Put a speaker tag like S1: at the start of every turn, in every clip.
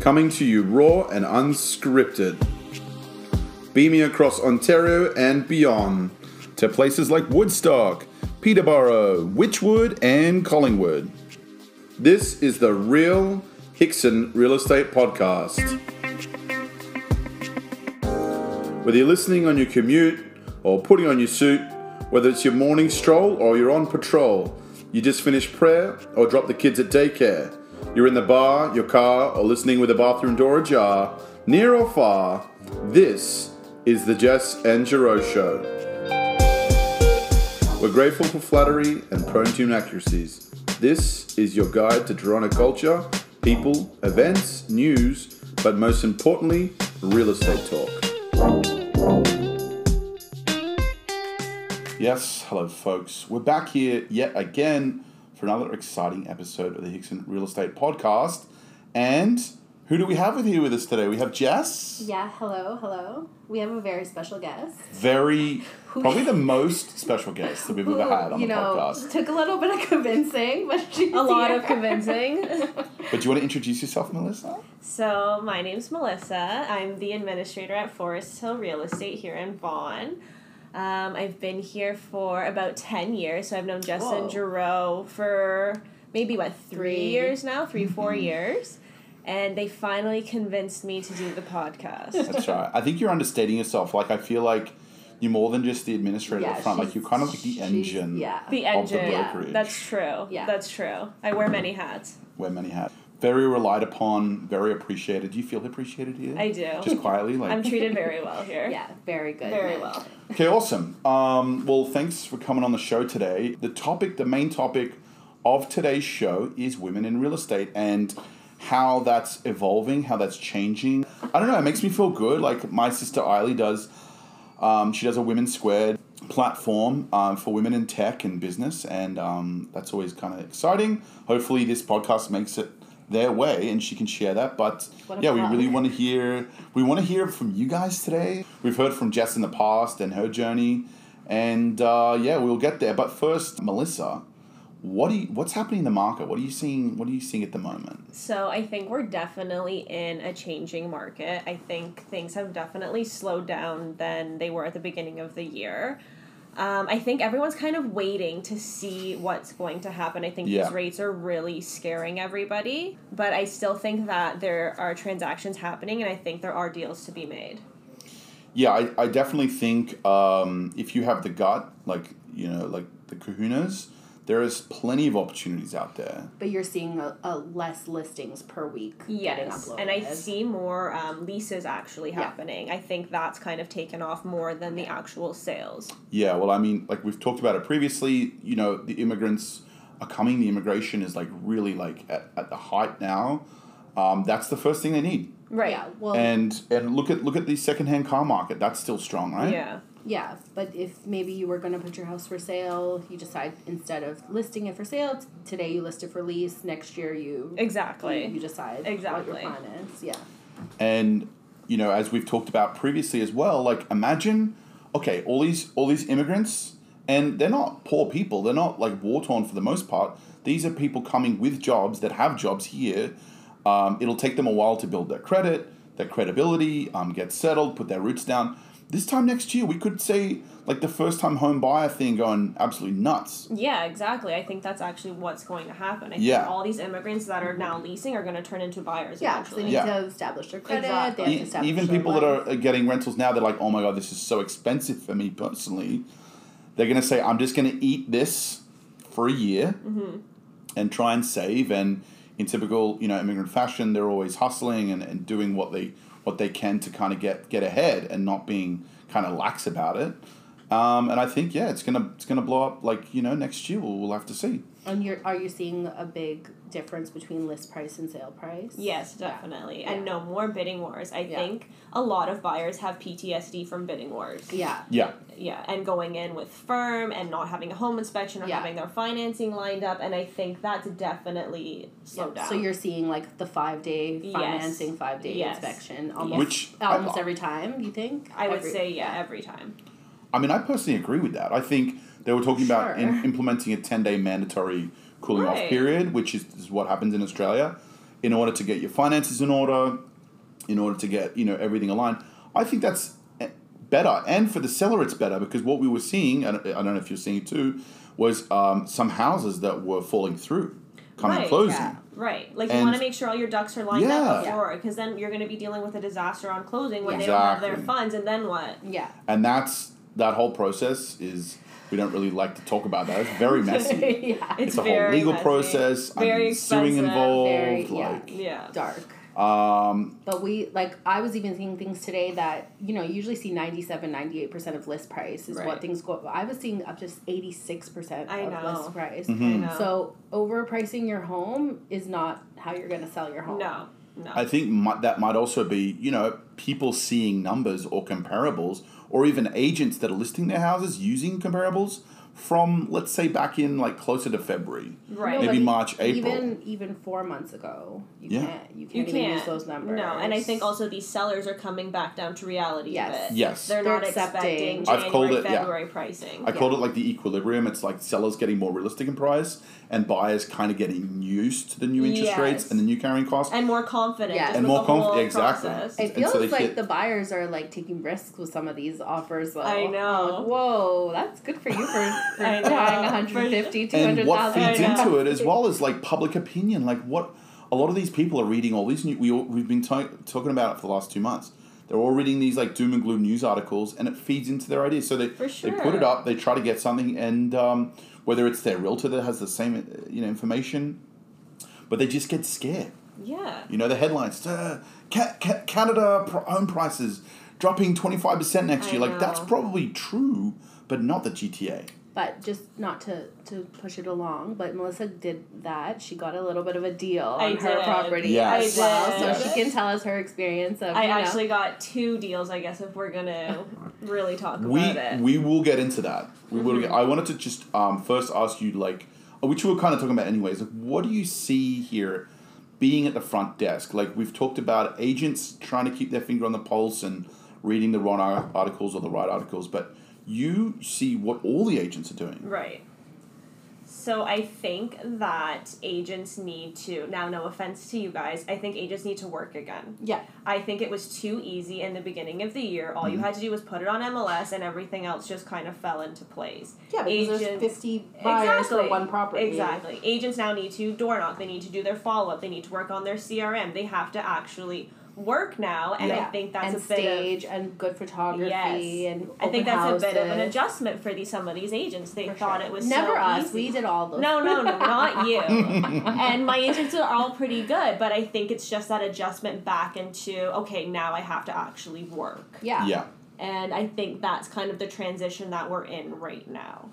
S1: Coming to you raw and unscripted. Beaming across Ontario and beyond to places like Woodstock, Peterborough, Witchwood, and Collingwood. This is the Real Hickson Real Estate Podcast. Whether you're listening on your commute or putting on your suit, whether it's your morning stroll or you're on patrol, you just finished prayer or drop the kids at daycare, you're in the bar, your car, or listening with the bathroom door ajar, near or far, this is the Jess and Giro Show. We're grateful for flattery and prone to inaccuracies. This is your guide to Toronto culture, people, events, news, but most importantly, real estate talk. Yes, hello, folks. We're back here yet again for another exciting episode of the Hickson Real Estate Podcast. And who do we have with here with us today? We have Jess.
S2: Yeah, hello, hello. We have a very special guest.
S1: Very, probably the most special guest that we've ever had on
S2: you
S1: the
S2: know,
S1: podcast.
S2: took a little bit of convincing, but she's
S3: a lot
S2: here.
S3: of convincing.
S1: But do you want to introduce yourself, Melissa?
S3: so, my name's Melissa. I'm the administrator at Forest Hill Real Estate here in Vaughan. Um, I've been here for about 10 years, so I've known Justin
S2: Whoa.
S3: Giroux for maybe, what, three,
S2: Three. Mm-hmm.
S3: years now? 3 four years. And they finally convinced me to do the podcast.
S1: That's right. I think you're understating yourself. Like I feel like you're more than just the administrator
S2: Yeah,
S1: up front. Like
S2: she's-
S1: you're kind of like the
S2: she's-
S1: engine.
S2: Yeah.
S3: The
S1: Of the
S3: engine.
S1: brokerage.
S3: That's true.
S2: Yeah.
S3: That's true. I wear many hats.
S1: Wear many hats. Very relied upon. Very appreciated. Do you feel appreciated here?
S3: I do.
S1: Just quietly, like
S3: I'm treated very well here.
S2: yeah, very good.
S3: Very
S2: man.
S3: well.
S1: Okay, awesome. Um, well, thanks for coming on the show today. The topic, the main topic of today's show is women in real estate and how that's evolving, how that's changing. I don't know, it makes me feel good. Like my sister Eiley does, um, she does a Women Squared platform um, for women in tech and business, and um, that's always kind of exciting. Hopefully, this podcast makes it their way and she can share that but
S2: What a
S1: yeah we
S2: plug.
S1: really want to hear we want to hear from you guys today we've heard from jess in the past and her journey and uh, yeah we'll get there but first melissa what do you, what's happening in the market what are you seeing what are you seeing at the moment
S3: So I think we're definitely in a changing market. I think things have definitely slowed down than they were at the beginning of the year. Um, I think everyone's kind of waiting to see what's going to happen. I think
S1: Yeah.
S3: these rates are really scaring everybody, but I still think that there are transactions happening, and I think there are deals to be made.
S1: yeah i, I definitely think um, if you have the gut like you know like the kahunas there is plenty of opportunities out there
S2: But you're seeing a, a less listings per week getting
S3: Yes,
S2: uploaded.
S3: and I see more um, leases actually
S2: Yeah.
S3: happening. I think that's kind of taken off more than the actual sales.
S1: Yeah, well, I mean, like we've talked about it previously. You know, the immigrants are coming. The immigration is like really like at, at the height now. Um, that's the first thing they need.
S3: Right.
S2: Yeah, well,
S1: And and look at look at the secondhand car market. That's still strong, right?
S3: yeah.
S2: yeah, but if maybe you were going to put your house for sale, you decide instead of listing it for sale, t- today you list it for lease, next year you
S3: Exactly.
S2: you decide
S3: Exactly.
S2: what your plan is. Yeah.
S1: And you know, as we've talked about previously as well, like imagine, okay, all these all these immigrants, and they're not poor people. They're not like war torn for the most part. These are people coming with jobs that have jobs here. Um, it'll take them a while to build their credit, their credibility, um, get settled, put their roots down. This time next year, we could say like the first time home buyer thing going absolutely nuts.
S3: Yeah, exactly. I think that's actually what's going to happen. I
S1: Yeah.
S3: think all these immigrants that are now leasing are going to turn into buyers
S2: Mm-hmm. Yeah, 'cause they
S3: eventually.
S2: need
S1: Yeah.
S2: to establish their credit.
S3: Exactly.
S2: They have
S1: E-
S2: to establish
S1: even
S2: their
S1: people that
S2: life.
S1: are are getting rentals now, they're like, oh my god, this is so expensive for me personally. They're going to say, I'm just going to eat this for a year and try and save. And in typical, you know, immigrant fashion, they're always hustling and, and doing what they what they can to kind of get get ahead and not being kind of lax about it. Um, and I think yeah, it's gonna it's gonna blow up like you know next year. We'll, we'll have to see.
S2: And you're are you seeing a big difference between list price and sale price?
S3: Yes,
S2: Yeah.
S3: definitely.
S2: Yeah.
S3: And no more bidding wars. I
S2: Yeah.
S3: think a lot of buyers have PTSD from bidding wars.
S2: Yeah.
S1: Yeah,
S3: Yeah, and going in with firm and not having a home inspection or
S2: Yeah.
S3: having their financing lined up. And I think that's definitely slowed down.
S2: So you're seeing like the five day
S3: Yes.
S2: financing, five day
S3: Yes.
S2: inspection, almost
S1: Which I-
S2: almost every time. You think?
S3: I would
S2: Every-
S3: say, yeah, every time.
S1: I mean, I personally agree with that. I think they were talking about in,
S2: Sure.
S1: implementing a 10 day mandatory cooling off
S3: Right.
S1: period, which is, is what happens in Australia. in order to get your finances in order, in order to get you know everything aligned. I think that's eh, better, and for the seller, it's better because what we were seeing, and eh, I don't know if you're seeing it too, was um, some houses that were falling through, coming
S3: Right,
S1: closing.
S2: yeah.
S3: Right. Like
S1: And-
S3: you want to make sure all your ducks are lined
S1: Yeah.
S3: up before, because then you're going to be dealing with a disaster on closing when they don't have their
S1: Exactly.
S3: funds, and then what?
S2: Yeah.
S1: and that's that whole process is we don't really like to talk about that. It's very messy.
S2: yeah.
S3: It's,
S1: It's a whole
S3: very
S1: legal
S3: messy.
S1: process. I
S3: Very
S1: mean, suing
S3: expensive.
S1: involved.
S2: Very- yeah.
S1: like,
S3: Yeah.
S2: Dark.
S1: um,
S2: But we like I was even seeing things today that you know you usually see 97 98% of list price is
S3: Right.
S2: what things go up. I was seeing up to 86%
S3: I
S2: of
S3: know.
S2: list price.
S3: I
S1: Mm-hmm.
S3: know.
S2: So overpricing your home is not how you're going to sell your home.
S3: no, no.
S1: I think mi- that might also be you know people seeing numbers or comparables, or even agents that are listing their houses using comparables from let's say back in like closer to February.
S3: right.
S1: Maybe
S2: but
S1: March, April.
S2: Even even 4 months ago, you
S1: Yeah.
S2: can't you can't
S3: you
S2: even
S3: can't
S2: use those numbers.
S3: No, and I think also these sellers are coming back down to reality.
S2: Yes.
S3: Of it.
S1: Yes.
S3: They're,
S2: They're
S3: not expecting
S2: accepting-
S3: January,
S1: I've called it, yeah.
S3: February pricing.
S1: I called it like the equilibrium. It's like sellers getting more realistic in price and buyers kind of getting used to the new interest
S3: Yes.
S1: rates and the new carrying costs.
S3: and more confident.
S2: Yeah.
S3: just
S2: And
S3: with
S1: more
S3: the whole
S1: conf- exactly.
S3: process.
S1: It-
S2: it
S1: and
S2: feels
S1: so they
S2: like
S1: hit-
S2: the buyers are like taking risks with some of these offers. Though.
S3: I know.
S2: Like, Whoa, that's good for you for, for buying
S3: I know.
S2: 150, 200,000.
S1: and what feeds
S3: I know.
S1: into it as well is like public opinion. Like what a lot of these people are reading all these new we all, we've been ta- talking about it for the last two months. They're all reading these like doom and gloom news articles, and it feeds into their ideas. So they
S3: For
S1: they put it
S3: sure.
S1: up, they try to get something, and um, whether it's their realtor that has the same uh, you know information, but they just get scared.
S3: Yeah.
S1: You know the headlines: uh, Ca- Ca- Canada pr- home prices dropping twenty five percent next
S3: I
S1: year. Like that's
S3: know.
S1: probably true, but not the GTA.
S2: But just not to, to push it along, but Melissa did that. She got a little bit of a deal on
S3: I
S2: her
S3: did.
S2: property
S1: Yes.
S2: as
S1: I
S2: well. So
S1: did.
S2: she can tell us her experience of
S3: I
S2: you know,
S3: actually got two deals, I guess, if we're gonna really talk about it. Mm-hmm.
S1: We we will get into that. We will. Get, I wanted to just um, first ask you like, which we were kind of talking about anyways. Like, what do you see here? Being at the front desk, like we've talked about, agents trying to keep their finger on the pulse and reading the wrong ar- articles or the right articles, but you see what all the agents are doing.
S3: Right. So I think that agents need to now no offense to you guys, I think agents need to work again.
S2: Yeah.
S3: I think it was too easy in the beginning of the year. All you
S2: Mm-hmm.
S3: had to do was put it on MLS and everything else just kind of fell into place.
S2: Yeah, because there's
S3: Agents-
S2: 50 buyers
S3: exactly.
S2: for one property.
S3: Exactly. Agents now need to door knock. They need to do their follow up. They need to work on their CRM. They have to actually work now, and
S2: Yeah.
S3: I think that's
S2: and
S3: a bit of
S2: stage and good photography and
S3: I
S2: open
S3: think that's a bit of an
S2: houses.
S3: adjustment for these some of these agents. They
S2: For
S3: thought
S2: sure.
S3: it was
S2: never
S3: so
S2: us.
S3: easy.
S2: We did all those.
S3: no, no, no, not you. and my agents are all pretty good, but I think it's just that adjustment back into okay, now I have to actually work.
S2: Yeah.
S1: Yeah,
S3: And I think that's kind of the transition that we're in right now.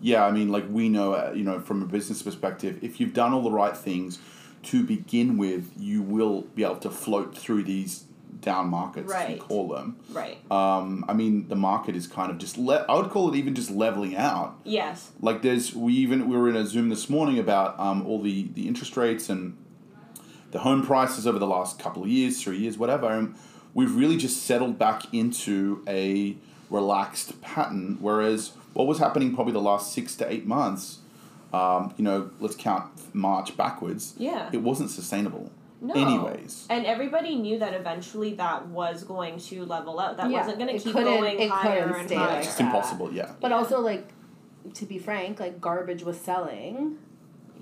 S1: yeah. I mean, like we know, uh, you know, from a business perspective, if you've done all the right things to begin with, you will be able to float through these down markets. Right.
S3: Right.
S1: Call them.
S3: Right.
S1: um, I mean, the market is kind of just. Le- I would call it even just leveling out.
S3: Yes.
S1: Like there's, we even we were in a Zoom this morning about um, all the the interest rates and the home prices over the last couple of years, three years, whatever. And we've really just settled back into a relaxed pattern. Whereas what was happening probably the last six to eight months, um, you know, let's count March backwards.
S3: Yeah.
S1: it wasn't sustainable.
S3: No.
S1: Anyways.
S3: And everybody knew that eventually that was going to level out. That
S2: Yeah.
S3: wasn't going
S2: It
S3: to keep
S2: couldn't-
S3: going
S2: it
S3: higher
S2: couldn't
S3: and
S2: stay
S1: Yeah,
S3: higher.
S1: it's just
S2: Yeah.
S1: impossible. Yeah.
S2: But also like, to be frank, like garbage was selling.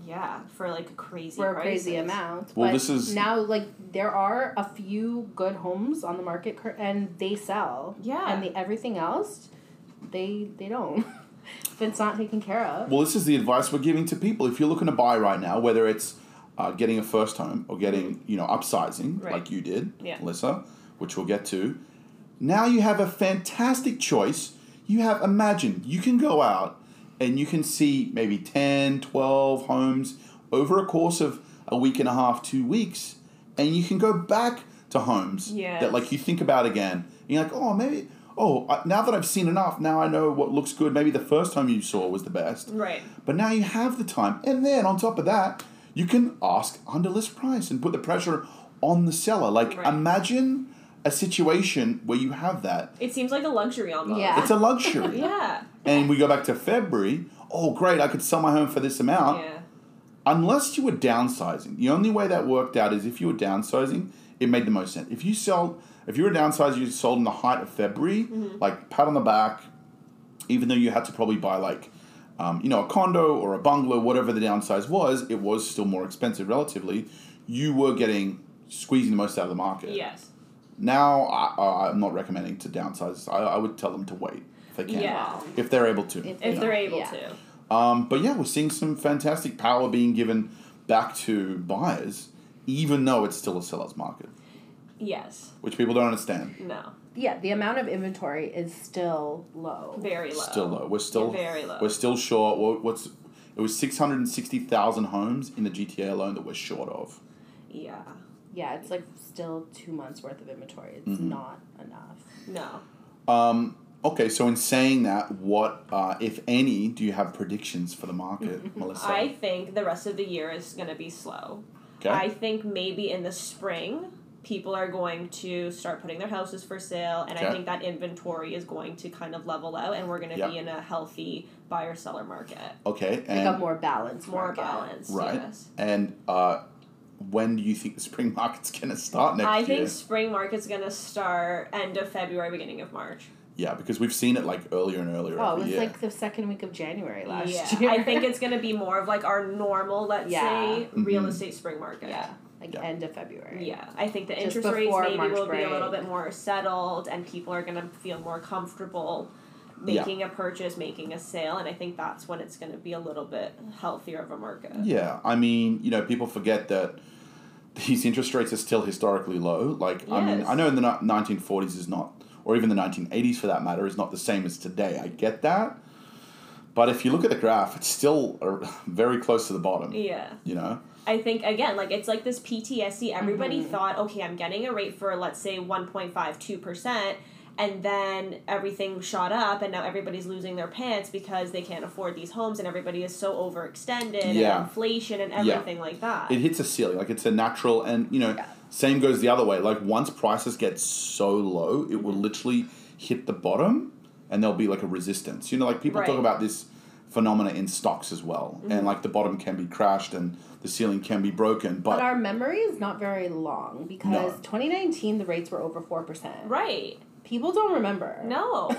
S3: Yeah, for like a crazy
S2: for a crazy
S3: prices.
S2: amount.
S1: Well,
S2: but
S1: this is-
S2: now like there are a few good homes on the market, cur- and they sell.
S3: Yeah.
S2: and the everything else, they they don't. if it's not taken care of,
S1: Well, this is the advice we're giving to people. If you're looking to buy right now, whether it's uh, getting a first home or getting, you know, upsizing
S3: Right.
S1: like you did,
S3: Yeah.
S1: Melissa, which we'll get to, now you have a fantastic choice. You have, imagine, you can go out and you can see maybe 10, 12 homes over a course of a week and a half, two weeks, and you can go back to homes that,
S3: Yes.
S1: like, you think about again. And you're like, oh, maybe, oh, I, now that I've seen enough, now I know what looks good. Maybe the first home you saw was the best.
S3: Right.
S1: But now you have the time. And then on top of that, you can ask under list price and put the pressure on the seller. Like
S3: Right.
S1: imagine a situation where you have that.
S3: It seems like a luxury almost.
S2: Yeah.
S1: It's a luxury.
S3: Yeah.
S1: And we go back to February. Oh great, I could sell my home for this amount.
S3: Yeah.
S1: unless you were downsizing. The only way that worked out is if you were downsizing, it made the most sense. If you sell, if you were downsizing, you sold in the height of February,
S3: Mm-hmm.
S1: like pat on the back, even though you had to probably buy like, um, you know, a condo or a bungalow, whatever the downsize was, it was still more expensive relatively. You were getting squeezing the most out of the market.
S3: Yes.
S1: Now, I, I, I'm not recommending to downsize. I, I would tell them to wait if they can,
S3: Yeah.
S1: if they're able to.
S2: If
S3: If
S1: you know.
S3: they're able
S2: Yeah.
S3: to.
S1: Um, but yeah, we're seeing some fantastic power being given back to buyers, even though it's still a seller's market,
S3: Yes.
S1: which people don't understand.
S3: No.
S2: Yeah, the amount of inventory is still low.
S3: Very low.
S1: Still low. We're still
S3: Very low.
S1: We're still short. What, what's it was six hundred and sixty thousand homes in the GTA alone that we're short of.
S3: Yeah.
S2: Yeah, it's like still two months worth of inventory. It's
S1: Mm-hmm.
S2: not enough.
S3: No.
S1: Um, okay, so in saying that, what uh, if any do you have predictions for the market, Melissa?
S3: I think the rest of the year is going to be slow.
S1: okay.
S3: I think maybe in the spring, people are going to start putting their houses for sale, and
S1: Okay.
S3: I think that inventory is going to kind of level out, and we're going to
S1: Yeah.
S3: be in a healthy buyer seller market.
S1: okay.
S2: Like
S1: And
S2: a more balanced
S3: More
S2: market.
S3: balanced.
S1: right.
S3: Yes.
S1: and uh, when do you think the spring market's gonna start next
S3: I
S1: year?
S3: think spring market's going to start end of February, beginning of March.
S1: Yeah, because we've seen it like earlier and earlier
S2: Oh, it
S1: every
S2: was
S1: year.
S2: like the second week of January last
S3: yeah.
S2: year.
S3: I think it's going to be more of like our normal, let's
S2: Yeah.
S3: say, real
S1: Mhm.
S3: estate spring market.
S2: yeah, like
S1: Yeah.
S2: end of February.
S3: Yeah, I think the
S2: Just
S3: interest rates
S2: before
S3: maybe
S2: March
S3: will be a little
S2: break.
S3: bit more settled, and people are going to feel more comfortable
S1: Yeah.
S3: making a purchase, making a sale, and I think that's when it's going to be a little bit healthier of a market.
S1: Yeah, I mean, you know, people forget that these interest rates are still historically low. Like, I mean,
S3: Yes.
S1: I know in the ni- 1940s is not, or even the 1980s for that matter, is not the same as today. I get that. But if you look at the graph, it's still uh, very close to the bottom,
S3: Yeah.
S1: you know?
S3: I think again, like it's like this PTSD. Everybody
S1: Mm-hmm.
S2: Mhm.
S3: thought, okay, I'm getting a rate for let's say 1.52 percent, and then everything shot up, and now everybody's losing their pants because they can't afford these homes, and everybody is so overextended,
S1: Yeah.
S3: and inflation, and
S1: Yeah.
S3: everything like that.
S1: It hits a ceiling. Like, it's a natural, and, you know,
S2: Yeah.
S1: same goes the other way. Like, once prices get so low, it
S3: Mm-hmm.
S1: will literally hit the bottom and there'll be like a resistance. You know, like people talk
S3: Right. Mm-hmm.
S1: about this phenomena in stocks as well. And like the bottom can be crashed and the ceiling can be broken. But,
S2: But our memory is not very long because 2019 the rates were over 4%.
S3: right.
S2: People don't remember.
S3: No.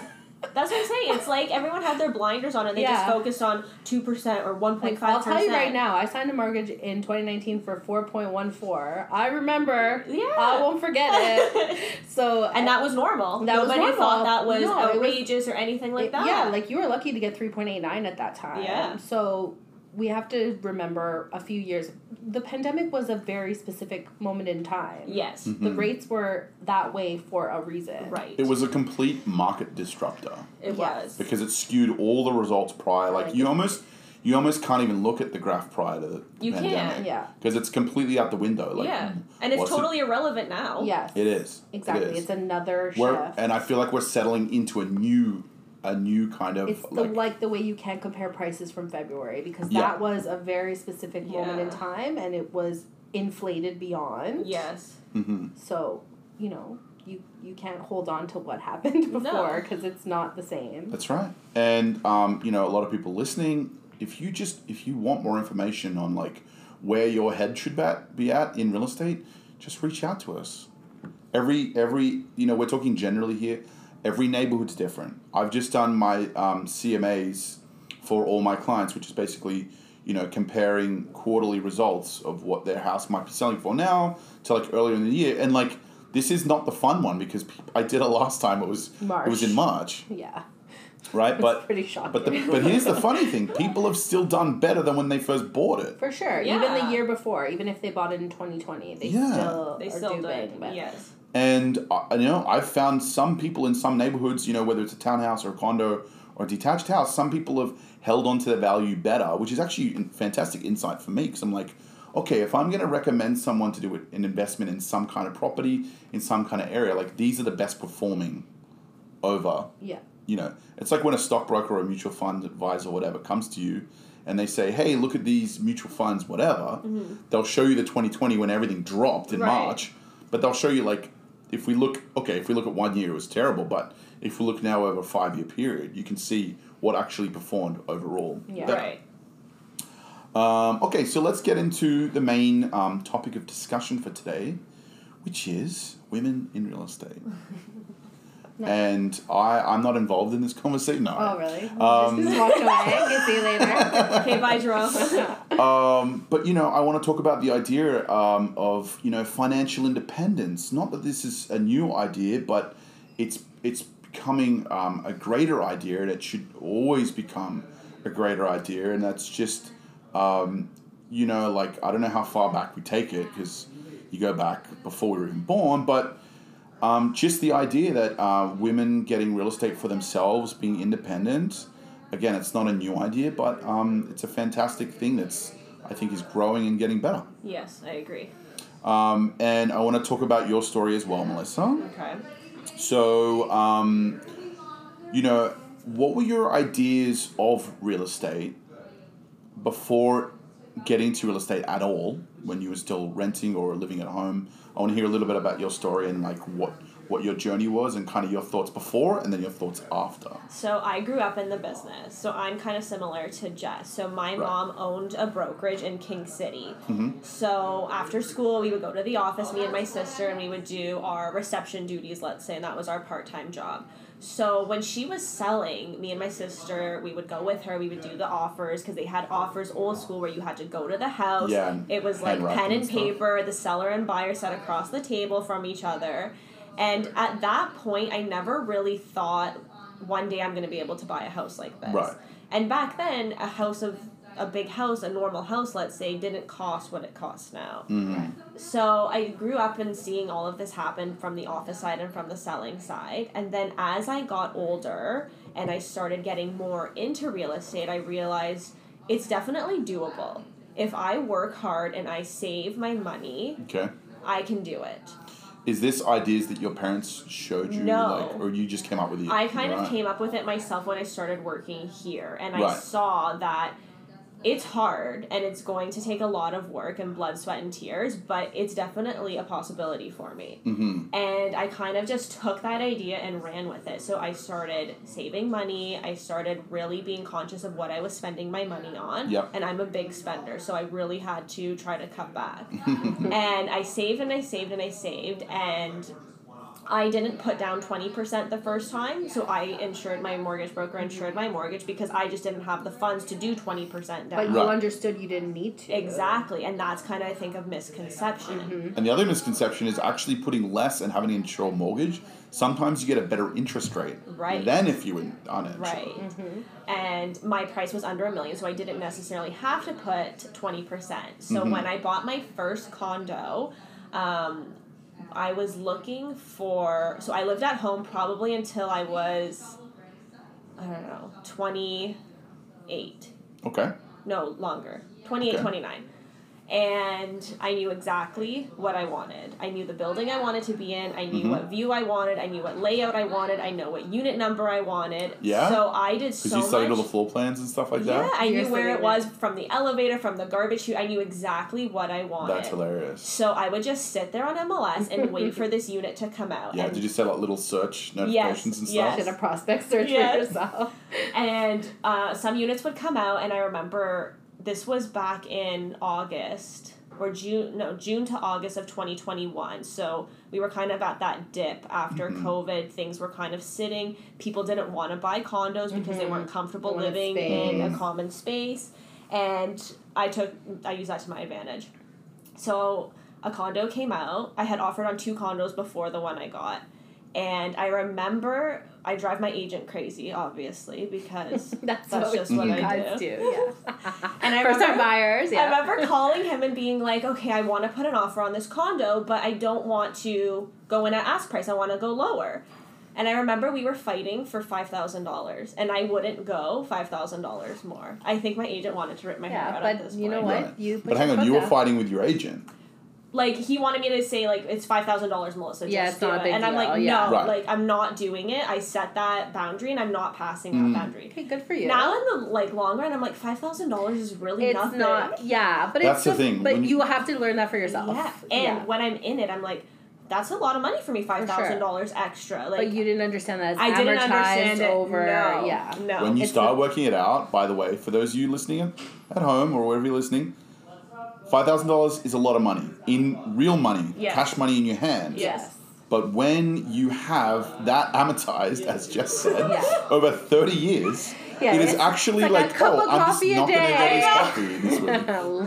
S3: That's what I'm saying. It's like everyone had their blinders on and they just
S2: Yeah.
S3: focused on 2% or
S2: Like,
S3: 1.5%.
S2: I'll tell you right now, I signed a mortgage in 2019 for 4.14. I remember.
S3: Yeah.
S2: I won't forget it. so
S3: and that was normal.
S2: That was
S3: Nobody
S2: normal.
S3: thought that was
S2: No, it was-
S3: outrageous or anything like
S2: it-
S3: that.
S2: Yeah, like you were lucky to get 3.89 at that time.
S3: Yeah.
S2: So we have to remember a few years. The pandemic was a very specific moment in time.
S3: yes.
S1: Mhm.
S2: The rates were that way for a reason.
S3: Right.
S1: It was a complete market disruptor
S3: It
S2: Yes.
S3: was.
S1: because it skewed all the results prior. Like
S2: Like
S1: you
S2: it-
S1: almost, you almost can't even look at the graph prior to the
S3: You
S1: pandemic
S3: can't.
S2: Yeah.
S1: because it's completely out the window. Like,
S3: yeah. And it's
S1: what's it-
S3: totally irrelevant now.
S2: Yes.
S1: it is It
S2: Exactly.
S1: is.
S2: It's another
S1: We're,
S2: shift.
S1: and I feel like we're settling into a new, a new kind of
S2: it's the
S1: like,
S2: like, the way you can't compare prices from February because
S1: Yeah.
S2: that was a very specific moment in
S3: Yeah.
S2: time and it was inflated beyond.
S3: Yes.
S1: Mhm.
S2: So, you know, you you can't hold on to what happened
S3: No.
S2: before because it's not the same.
S1: That's right. And um, you know, a lot of people listening, if you just if you want more information on like where your head should bat, be at in real estate, just reach out to us. Every every you know, we're talking generally here. Every neighborhood's different. I've just done my um, CMAs for all my clients, which is basically you know comparing quarterly results of what their house might be selling for now to like earlier in the year, and like this is not the fun one because pe- I did it last time. It was it was in March,
S2: Yeah.
S1: right?
S2: it's
S1: But
S2: pretty shocking.
S1: but the, but here's the funny thing: people have still done better than when they first bought it.
S2: For sure. Even
S3: Yeah.
S2: the year before, even if they bought it in 2020, they
S1: Yeah.
S2: still
S3: They
S2: are
S3: still
S2: doing
S3: did.
S2: better.
S3: Yes.
S1: And uh, you know, I've found some people in some neighborhoods, you know, whether it's a townhouse or a condo or a detached house, some people have held on to their value better, which is actually a fantastic insight for me because I'm like, okay, if I'm going to recommend someone to do it- an investment in some kind of property in some kind of area, like these are the best performing over
S2: Yeah.
S1: you know, it's like when a stockbroker or a mutual fund advisor or whatever comes to you and they say, hey, look at these mutual funds, whatever.
S2: Mm-hmm.
S1: They'll show you the 2020 when everything dropped in
S3: Right.
S1: March, but they'll show you, like, if we look, okay, if we look at one year, it was terrible, but if we look now over a five year period, you can see what actually performed overall.
S2: Yeah.
S1: better.
S3: Right.
S1: Um, okay, so let's get into the main um, topic of discussion for today, which is women in real estate. And I, I'm not involved in this conversation. No.
S2: Oh, really?
S1: Um,
S2: just walking away. Can see you later.
S3: Okay, bye, Jerome.
S1: Um, but you know, I want to talk about the idea um, of you know financial independence. Not that this is a new idea, but it's it's becoming um, a greater idea, and it should always become a greater idea. And that's just um, you know, like I don't know how far back we take it because you go back before we were even born, but um, just the idea that uh, women getting real estate for themselves, being independent. Again, it's not a new idea, but um, it's a fantastic thing that's I think is growing and getting better.
S3: yes, I agree.
S1: Um, and I want to talk about your story as well, Melissa.
S3: Okay.
S1: So, um, you know, what were your ideas of real estate before getting to real estate at all? When you were still renting or living at home, I want to hear a little bit about your story and like what what your journey was and kind of your thoughts before and then your thoughts after.
S3: So I grew up in the business. So I'm kind of similar to Jess. So my mom owned a brokerage in King City.
S1: Mm-hmm.
S3: So after school, we would go to the office, me and my sister, and we would do our reception duties, let's say, and that was our part time job. So when she was selling, me and my sister, we would go with her. We would do the offers because they had offers old school where you had to go to the house.
S1: Yeah, and
S3: it was like
S1: handwritten
S3: pen
S1: and
S3: and
S1: stuff.
S3: paper paper, the seller and buyer sat across the table from each other. And at that point, I never really thought one day I'm going to be able to buy a house like this.
S1: Right.
S3: And back then, a house of a big house, a normal house, let's say, didn't cost what it costs now. So I grew up in seeing all of this happen from the office side and from the selling side. And then as I got older and I started getting more into real estate, I realized it's definitely doable. If I work hard and I save my money,
S1: Okay.
S3: I can do it.
S1: Is this ideas that your parents showed you,
S3: No.
S1: like, or you just came up with it?
S3: I kind of
S1: Right.
S3: came up with it myself when I started working here, and I
S1: Right.
S3: saw that it's hard and it's going to take a lot of work and blood, sweat, and tears, but it's definitely a possibility for me. Mm-hmm. And I kind of just took that idea and ran with it. So I started saving money, I started really being conscious of what I was spending my money on,
S1: Yep.
S3: and I'm a big spender, so I really had to try to cut back. and I saved and I saved and I saved, and I didn't put down 20% the first time, so I insured my mortgage broker, insured my mortgage because I just didn't have the funds to do 20%
S2: But
S3: down.
S2: you
S1: Right.
S2: understood you didn't need to.
S3: exactly, and that's kind of, I think, a misconception.
S1: And the other misconception is actually putting less and having an insured mortgage. Sometimes you get a better interest rate
S3: Right.
S1: than if you went uninsured.
S3: Right. And my price was under a million, so I didn't necessarily have to put 20%. So when I bought my first condo, um, I was looking for. So I lived at home probably until I was, I don't know, 28.
S1: Okay.
S3: No, longer. 28,
S1: Okay.
S3: 29. And I knew exactly what I wanted. I knew the building I wanted to be in. I
S1: Mm-hmm.
S3: knew what view I wanted. I knew what layout I wanted. I know what unit number I wanted.
S1: Yeah?
S3: So I did
S1: Because
S3: so
S1: you studied
S3: much.
S1: all the floor plans and stuff like
S3: yeah,
S1: that.
S3: I
S2: You're
S3: knew where it
S2: studying
S3: was from the elevator, from the garbage chute. I knew exactly what I wanted.
S1: That's hilarious.
S3: So I would just sit there on MLS and wait for this unit to come out.
S1: Yeah.
S3: and
S1: Did you set like little search notifications and stuff?
S3: yes.
S2: Did a prospect search
S3: Yes.
S2: for yourself.
S3: and uh, some units would come out and i remember this was back in august or june no june to august of 2021 so we were kind of at that dip after covid things were kind of sitting people didn't want to buy condos because they weren't comfortable
S2: Wanted
S3: living
S2: space.
S3: in a common space and i took i used that to my advantage so a condo came out. I had offered on two condos before the one I got. And I remember I drive my agent crazy, obviously, because
S2: That's,
S3: That's
S2: what
S3: just
S2: you
S3: what I
S2: guys
S3: do.
S2: Yeah.
S3: and I
S2: First time
S3: remember,
S2: buyers. Yeah.
S3: I remember calling him and being like, okay, I want to put an offer on this condo, but I don't want to go in at ask price. I want to go lower. And I remember we were fighting for $5,000 and I wouldn't go $5,000 more. I think my agent wanted to rip my hair
S2: yeah,
S3: out at
S2: but
S3: this
S2: you know
S3: point.
S2: what?
S1: Right.
S2: You put
S1: but hang on,
S2: your foot
S1: you were
S2: down.
S1: fighting with your agent.
S3: like he wanted me to say like it's five thousand dollars, Melissa.
S2: Yeah,
S3: just
S2: it's
S3: do
S2: not a
S3: it.
S2: big
S3: and I'm
S2: deal,
S3: like,
S2: yeah.
S3: no,
S1: Right.
S3: like I'm not doing it. I set that boundary, and I'm not passing
S1: Mm.
S3: that boundary.
S2: Okay, good for you.
S3: Now in the like long run, I'm like five thousand dollars is really
S2: it's
S3: nothing.
S2: not. Yeah, but
S1: That's
S2: it's
S1: the
S2: just-
S1: thing,
S2: But
S1: when
S2: you,
S1: you-
S2: have to learn that for yourself.
S3: Yeah, and when I'm in it, I'm like, that's a lot of money for me, five thousand dollars extra. Like
S2: but you didn't understand that it's
S3: I didn't
S2: advertised
S3: understand it.
S2: over.
S3: no,
S2: Yeah.
S3: no.
S1: when you
S3: It's
S1: start
S3: not-
S1: working it out, by the way, for those of you listening at home or wherever you're listening, five thousand dollars is a lot of money in real money,
S3: Yes.
S1: cash money in your hand.
S3: Yes.
S1: But when you have that amortized, as Jess said,
S2: Yeah.
S1: over thirty years,
S2: Yeah,
S1: it is
S2: it's-
S1: actually
S2: it's like a
S1: like,
S2: cup
S1: oh,
S2: of
S1: I'm just
S2: coffee a
S1: knocking
S2: day.
S1: everybody's
S3: Yeah.
S1: coffee this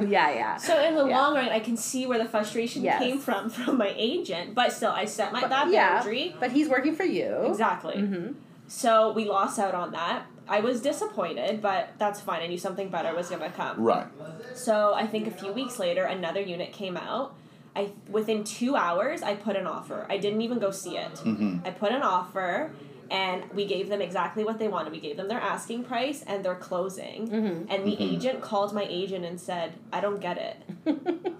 S1: week.
S2: yeah, yeah.
S3: So in the
S2: Yeah.
S3: long run, I can see where the frustration
S2: Yes.
S3: came from from my agent, but still, I set my that
S2: yeah,
S3: boundary.
S2: but he's working for you.
S3: Exactly.
S2: Mhm.
S3: So we lost out on that. I was disappointed, but that's fine. I knew something better was gonna come.
S1: Right.
S3: So I think a few weeks later, another unit came out. I within two hours, I put an offer. I didn't even go see it. I put an offer, and we gave them exactly what they wanted. We gave them their asking price and their closing. And the agent called my agent and said, "I don't get it."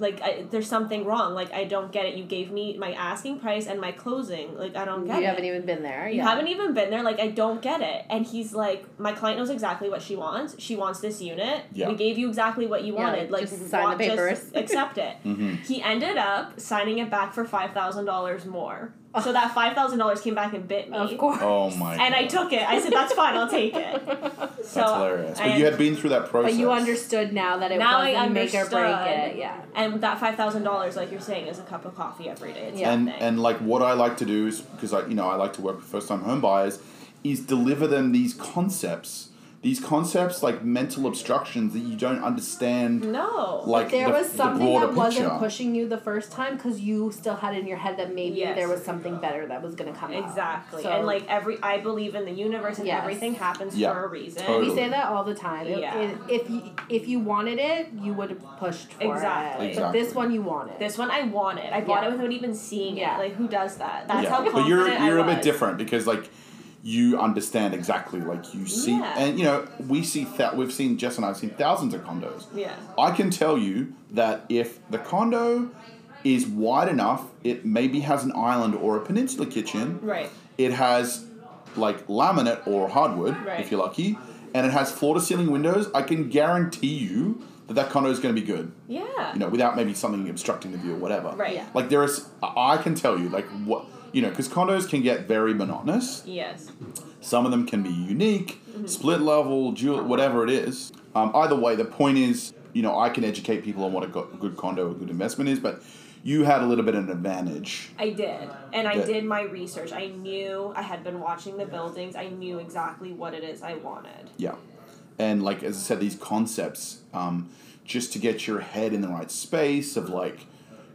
S3: Like I, there's something wrong. Like I don't get it. You gave me my asking price and my closing. Like I don't
S2: You
S3: get it.
S2: haven't even been there.
S3: You
S2: yeah.
S3: haven't even been there. Like, I don't get it. And he's like, my client knows exactly what she wants. She wants this unit.
S1: Yeah.
S3: We gave you exactly what you
S2: Yeah,
S3: wanted. Like,
S2: like, just sign
S3: wa-
S2: the papers."
S3: Just accept it.
S1: Mhm.
S3: He ended up signing it back for five thousand dollars more. So that five thousand dollars came back and bit me.
S2: Of course.
S1: Oh my.
S3: And I
S1: God.
S3: took it. I said, "That's fine. I'll take it."
S1: That's
S3: So
S1: hilarious.
S3: I-
S1: But you had been through that process.
S2: But you understood now that it
S3: Now I
S2: wasn't make or break
S3: understood.
S2: it. Yeah.
S3: and that five thousand dollars, like you're saying, is a cup of coffee every day. It's
S2: Yeah.
S1: and
S3: nothing.
S1: and like what I like to do is because I you know I like to work with first time home buyers is deliver them these concepts these concepts like mental obstructions that you don't understand
S3: no.
S1: like
S2: Mm. there
S1: the,
S2: was
S1: the
S2: something
S1: broader
S2: that wasn't
S1: picture.
S2: pushing you the first time because you still had in your head that maybe
S3: Yes.
S2: there was something better that was going to come up.
S3: Exactly.
S2: So-
S3: and like every I believe in the universe and
S2: Yes.
S3: everything happens
S1: Yeah.
S3: for a reason.
S1: Totally.
S2: we say that all the time. It-
S3: Yeah.
S2: it- if you if you wanted it, you would have pushed for
S3: Exactly.
S2: it. But this
S1: Exactly.
S2: one you wanted.
S3: This one I wanted. I bought
S2: Yeah.
S3: it without even seeing
S2: Yeah.
S3: it. Like who does that? That's
S1: yeah.
S3: how confident
S1: but you're
S3: I
S1: you're a bit
S3: was.
S1: different because like you understand exactly like you see
S3: Yeah.
S1: and you know we see that we've seen Jess and I've seen thousands of condos
S3: Yeah.
S1: I can tell you that if the condo is wide enough it maybe has an island or a peninsula kitchen
S3: Right.
S1: It has like laminate or hardwood,
S3: Right.
S1: if you're lucky, and it has floor to ceiling windows. I can guarantee you that that condo is going to be good.
S3: Yeah.
S1: You know, without maybe something obstructing the view or whatever.
S3: Right.
S2: Yeah.
S1: Like there is, I I can tell you, like what you know, because condos can get very monotonous.
S3: Yes.
S1: Some of them can be unique, split level, dual, whatever it is. Um, either way, the point is, you know, I can educate people on what a go- good condo, a good investment is, but you had a little bit of an advantage.
S3: I did. And I
S1: Yeah.
S3: did my research. I knew I had been watching the buildings. I knew exactly what it is I wanted.
S1: Yeah. And like as I said, these concepts, um, just to get your head in the right space of like,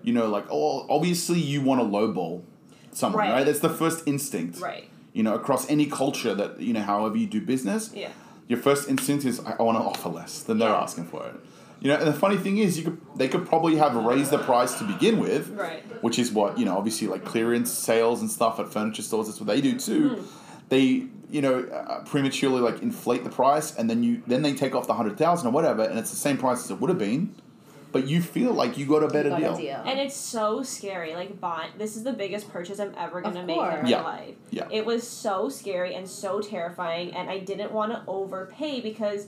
S1: you know, like oh, obviously you want to lowball someone, right.
S3: Right.
S1: That's the first instinct,
S3: Right.
S1: You know, across any culture that you know, however you do business,
S3: Yeah.
S1: your first instinct is I, I want to offer less than they're
S3: Yeah.
S1: asking for it. You know, and the funny thing is, you could they could probably have raised the price to begin with,
S3: Right.
S1: which is what you know obviously like clearance sales and stuff at furniture stores that's what they do too they you know uh, prematurely like inflate the price and then you then they take off the 100000 or whatever and it's the same price as it would have been but you feel like you got a better
S2: Got a
S1: deal.
S2: deal.
S3: And it's so scary. Like, buy, this is the biggest purchase I'm ever going to make in my
S2: course.
S1: Yeah.
S3: life.
S1: Yeah.
S3: It was so scary and so terrifying, and I didn't want to overpay because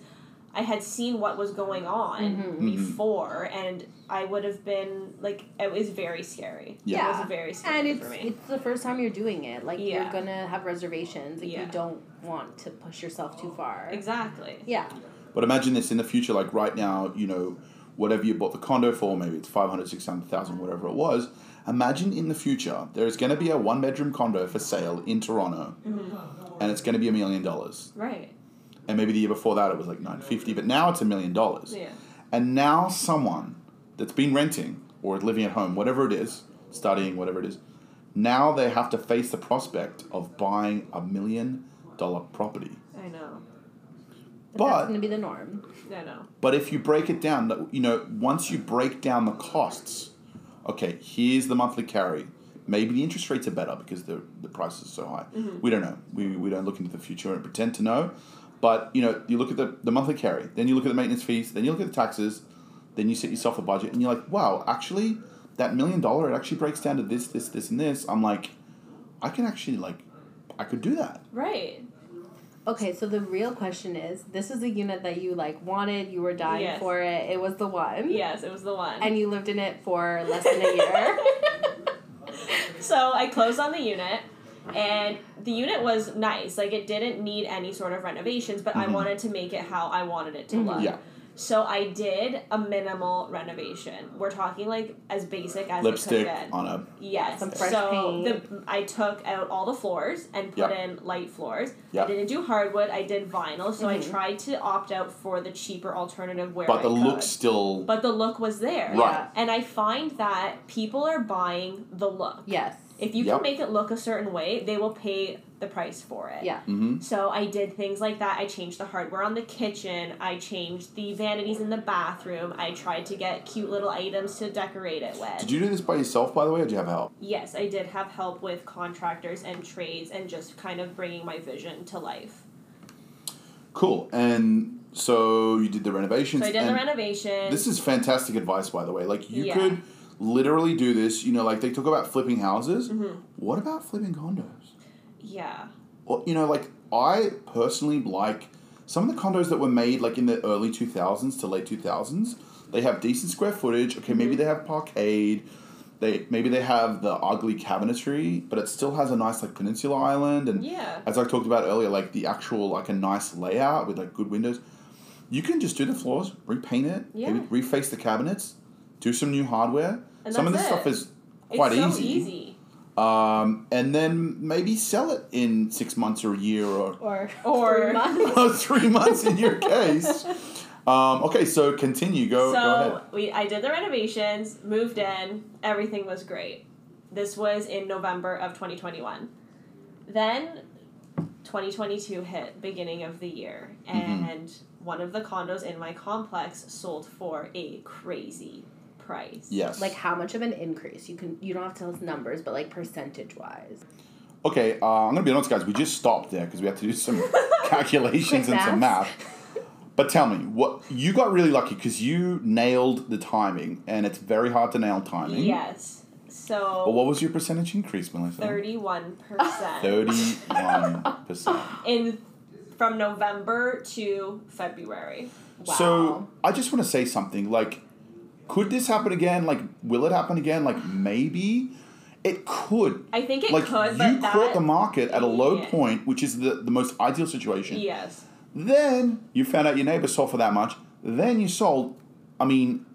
S3: I had seen what was going on
S1: Mm-hmm.
S3: before, and I would have been like, it was very scary.
S1: Yeah.
S3: It was very scary
S2: and it's
S3: for me.
S2: it's the first time you're doing it. Like
S3: Yeah.
S2: you're gonna have reservations. Like
S3: Yeah.
S2: you don't want to push yourself too far.
S3: exactly.
S2: Yeah.
S1: but imagine this in the future like right now you know whatever you bought the condo for maybe it's 500 600000 whatever it was imagine in the future there is going to be a one bedroom condo for sale in toronto and it's going to be a million dollars
S3: Right.
S1: and maybe the year before that it was like 950 but now it's a million dollars
S3: Yeah.
S1: And now someone that's been renting or living at home, whatever it is, studying, whatever it is, now they have to face the prospect of buying a million dollar property.
S3: I know.
S2: But,
S1: But-
S2: that's gonna be the norm.
S3: I know.
S1: But if you break it down, that- you know, once you break down the costs, okay, here's the monthly carry. Maybe the interest rates are better because the, the price is so high. We don't know. We, we don't look into the future and pretend to know. But, you know, you look at the, the monthly carry, then you look at the maintenance fees, then you look at the taxes, then you set yourself a budget and you're like, wow, actually, that million dollar, it actually breaks down to this, this, this, and this. I'm like, I can actually, like, I could do that.
S3: Right.
S2: Okay, so the real question is: This is a unit that you like wanted. You were dying
S3: Yes.
S2: for it. It was the one.
S3: Yes, it was the one.
S2: And you lived in it for less than a year.
S3: I closed on the unit. And the unit was nice. Like it didn't need any sort of renovations, but I wanted to make it how I wanted it to look.
S1: Mm-hmm. Yeah.
S3: So I did a minimal renovation. We're talking like as basic as
S1: Lipstick
S3: it could get.
S1: on a
S3: Yes.
S2: Some fresh
S3: so
S2: paint.
S3: the I took out all the floors and put
S1: Yep.
S3: in light floors.
S1: Yep.
S3: I didn't do hardwood. I did vinyl. So
S2: Mm-hmm.
S3: I tried to opt out for the cheaper alternative where.
S1: but
S3: I
S1: the
S3: could.
S1: look still
S3: But the look was there.
S1: Right.
S3: And I find that people are buying the look.
S2: Yes.
S3: If you
S1: Yep.
S3: can make it look a certain way, they will pay the price for it.
S2: Yeah.
S1: hmm
S3: So I did things like that. I changed the hardware on the kitchen. I changed the vanities in the bathroom. I tried to get cute little items to decorate it with.
S1: Did you do this by yourself, by the way, or did you have help?
S3: yes, I did have help with contractors and trades and just kind of bringing my vision to life.
S1: Cool. And so you did the renovations.
S3: So I did the
S1: and
S3: renovation.
S1: This is fantastic advice, by the way. Like you
S3: Yeah.
S1: could literally do this. You know, like they talk about flipping houses.
S3: Mm-hmm.
S1: What about flipping condos?
S3: yeah.
S1: Or, you know, like I personally like some of the condos that were made like in the early two thousands to late two thousands. They have decent square footage. Okay,
S3: Mm-hmm.
S1: maybe they have parkade. They maybe they have the ugly cabinetry, but it still has a nice like peninsula island and
S3: Yeah.
S1: as I talked about earlier, like the actual like a nice layout with like good windows. You can just do the floors, repaint it,
S3: Yeah.
S1: maybe reface the cabinets, do some new hardware.
S3: And
S1: some of this
S3: that's
S1: stuff
S3: it.
S1: is quite
S3: it's so
S1: easy.
S3: easy.
S1: Um, and then maybe sell it in six months or a year or
S2: Or
S3: Or-
S2: three months.
S1: three months in your case. Um, okay, so continue. Go, go ahead.
S3: so we I did the renovations, moved in, everything was great. This was in November of 2021. Then 2022 hit beginning of the year
S1: Mm-hmm.
S3: and one of the condos in my complex sold for a crazy price.
S1: Yes.
S2: Like how much of an increase? You can you don't have to tell us numbers, but like percentage wise.
S1: Okay, uh, I'm gonna be honest, guys. We just stopped there because we had to do some calculations and
S2: Quick
S1: some
S2: maths.
S1: math. But tell me, what you got really lucky because you nailed the timing, and it's very hard to nail timing.
S3: Yes. So
S1: But what was your percentage increase, Melissa?
S3: 31%
S1: Thirty-one percent.
S3: in from November to February.
S2: Wow.
S1: So uh, I just want to say something. Like, could this happen again? Like, will it happen again? Like, maybe it could.
S3: I think it
S1: like
S3: could
S1: you
S3: but
S1: caught
S3: that
S1: the market at a low
S3: Yeah.
S1: point, which is the, the most ideal situation.
S3: Yes.
S1: Then you found out your neighbor sold for that much. Then you sold. I mean,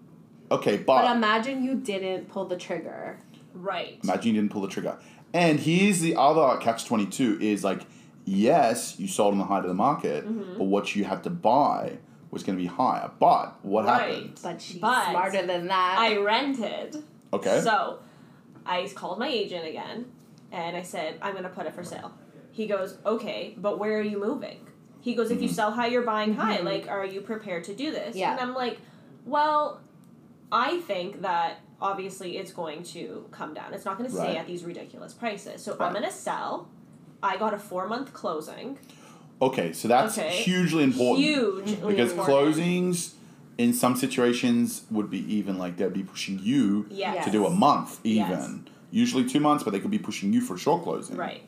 S1: okay, but,
S3: um,
S2: But imagine you didn't pull the trigger.
S3: Right.
S1: imagine you didn't pull the trigger. And here's the other catch twenty two is like, yes, you sold on the height of the market,
S3: Mm-hmm.
S1: but what you had to buy was going to be higher. But what
S3: Right.
S1: happened?
S2: But she's
S3: But
S2: smarter than that.
S3: I rented.
S1: Okay.
S3: So I called my agent again and I said, I'm going to put it for sale. He goes, Okay, but where are you moving? He goes,
S1: Mm-hmm.
S3: If you sell high, you're buying high. Like, are you prepared to do this?
S2: Yeah.
S3: And I'm like, Well, I think that obviously it's going to come down. It's not going to stay
S1: Right.
S3: at these ridiculous prices. So
S1: Right.
S3: I'm going to sell. I got a four month closing.
S1: okay, so that's
S3: Okay.
S1: hugely important.
S3: Huge.
S1: because closings in some situations would be even like they'd be pushing you
S3: Yes.
S1: to do a month even
S3: Yes.
S1: usually two months but they could be pushing you for a short closing
S3: Right.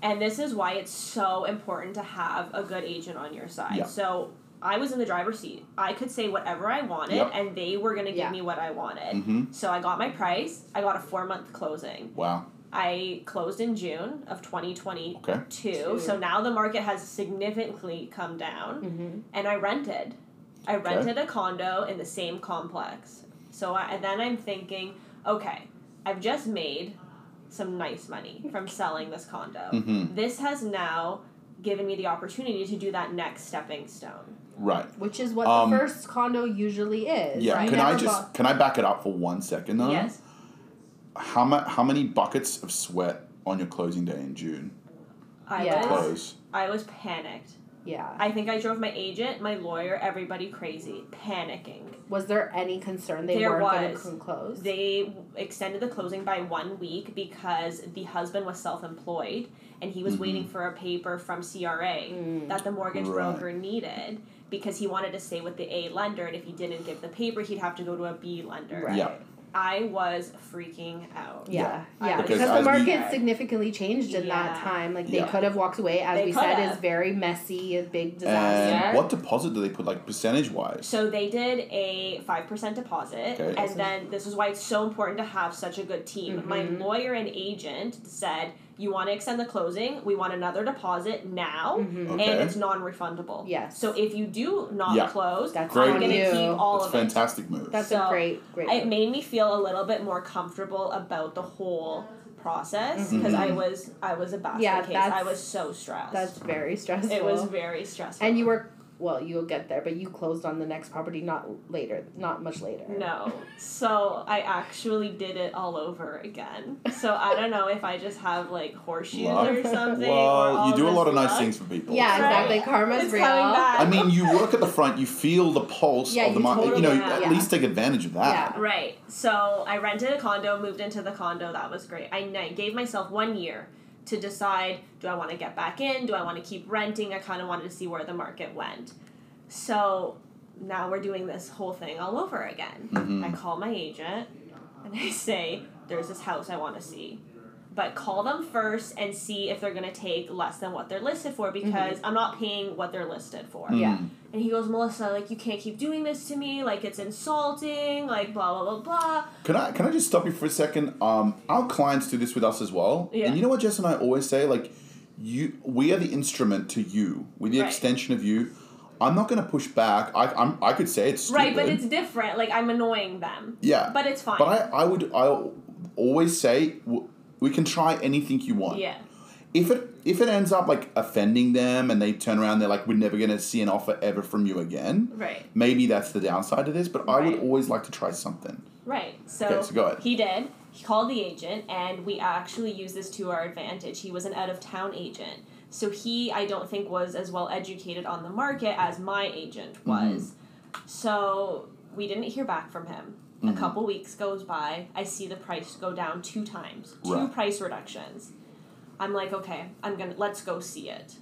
S3: And this is why it's so important to have a good agent on your side.
S1: Yeah.
S3: So I was in the driver's seat. I could say whatever I wanted,
S1: Yep.
S3: and they were going to
S2: Yeah.
S3: give me what I wanted.
S1: Mhm.
S3: So I got my price. I got a four month closing.
S1: wow
S3: I closed in June of 2022.
S1: okay
S2: Two.
S3: So now the market has significantly come down,
S2: Mhm.
S3: and I rented. I rented a condo in the same complex. So I, and then I'm thinking, okay, I've just made some nice money from selling this condo.
S1: Mhm.
S3: This has now given me the opportunity to do that next stepping stone.
S1: right
S2: Which is what
S1: Um,
S2: the first condo usually is.
S1: yeah
S2: right?
S1: can i
S2: Never
S1: just
S2: bought-
S1: can i back it up for one second though
S3: Yes.
S1: how, mu- how many buckets of sweat on your closing day in june
S3: I
S2: Yes.
S3: was
S1: close
S3: I was panicked.
S2: Yeah.
S3: I think I drove my agent, my lawyer, everybody crazy, panicking.
S2: Was there any concern they
S3: There
S2: weren't going
S3: was.
S2: to close?
S3: They extended the closing by one week because the husband was self employed and he was
S1: Mhm.
S3: waiting for a paper from CRA
S2: Mm.
S3: that the mortgage
S1: Right.
S3: broker needed because he wanted to stay with the A lender and if he didn't give the paper, he'd have to go to a B lender.
S2: Right.
S1: Yeah.
S3: I was freaking out.
S2: Yeah,
S3: I
S2: yeah, because,
S3: was
S1: Because
S2: the
S1: as we-
S2: market significantly changed in that
S3: Yeah.
S2: time. Like they
S1: Yeah.
S2: could have walked away, as
S3: They
S2: we
S3: could
S2: said,
S3: have.
S2: is very messy, a big disaster.
S1: And what deposit do they put, like percentage wise?
S3: So they did a 5% deposit,
S1: Okay.
S3: and then this is why it's so important to have such a good team. My
S2: Mhm.
S3: lawyer and agent said, You want to extend the closing, we want another deposit now,
S2: Mhm.
S3: and
S1: Mm-hmm. Okay.
S3: it's non refundable.
S2: Yes.
S3: So if you do not
S1: Yeah.
S3: close,
S2: That's
S1: Great.
S3: I'm going
S2: on
S3: to
S2: you.
S3: keep all
S1: That's
S3: of it.
S1: fantastic move.
S2: That's a
S3: So,
S2: great, great.
S3: It made me feel a little bit more comfortable about the whole process
S1: Mm-hmm.
S3: because I was I was a basket
S2: Yeah,
S3: case.
S2: that's-
S3: I was so stressed.
S2: That's very stressful.
S3: it was very stressful.
S2: and you were well. You'll get there, but you closed on the next property not later, not much later.
S3: No. So I actually did it all over again. So I don't know if I just have like horseshoes
S1: Luck.
S3: or something. or
S1: well,
S3: all
S1: you do a
S3: this
S1: lot of nice
S3: luck.
S1: things for people.
S2: Yeah,
S1: so-
S2: exactly. Karma's
S3: It's
S2: real.
S3: coming back.
S1: I mean, you work at the front, you feel the pulse
S2: Yeah,
S1: of the
S2: you
S1: market.
S2: totally
S1: you know,
S3: have,
S1: at
S2: yeah.
S1: least take advantage of that.
S3: Right. So I rented a condo, moved into the condo. That was great. I I gave myself one year to decide do I want to get back in? Do I want to keep renting? I kind of wanted to see where the market went. So now we're doing this whole thing all over again.
S1: Mhm.
S3: I call my agent and I say, there's this house I want to see. But call them first and see if they're going to take less than what they're listed for because I'm not paying what they're listed for.
S2: Yeah.
S1: Mm.
S3: And he goes, Melissa, like, you can't keep doing this to me. Like, it's insulting. Like, blah, blah, blah, blah.
S1: Can I can I just stop you for a second? Um, our clients do this with us as well.
S3: Yeah.
S1: And you know what Jess and I always say? Like, you we are the instrument to you. We're the
S3: Right.
S1: extension of you. I'm not gonna push back. I I'm, I could say it's
S3: Right, but
S1: stupid.
S3: it's different. Like, I'm annoying them.
S1: yeah.
S3: But it's fine.
S1: But I, I would I always say w- we can try anything you want.
S3: yeah.
S1: If it if it ends up like offending them and they turn around they're like we're never going to see an offer ever from you again.
S3: Right.
S1: Maybe that's the downside to this, but I would
S3: Right.
S1: always like to try something.
S3: Right. So,
S1: Okay, so go ahead.
S3: he did. He called the agent, and we actually used this to our advantage. He was an out of town agent. So he, I don't think, was as well educated on the market as my agent
S1: Mm-hmm.
S3: was. So we didn't hear back from him.
S1: Mm-hmm.
S3: A couple weeks goes by. I see the price go down two times, two
S1: Right.
S3: price reductions. I'm like, okay, I'm gonna let's go see it.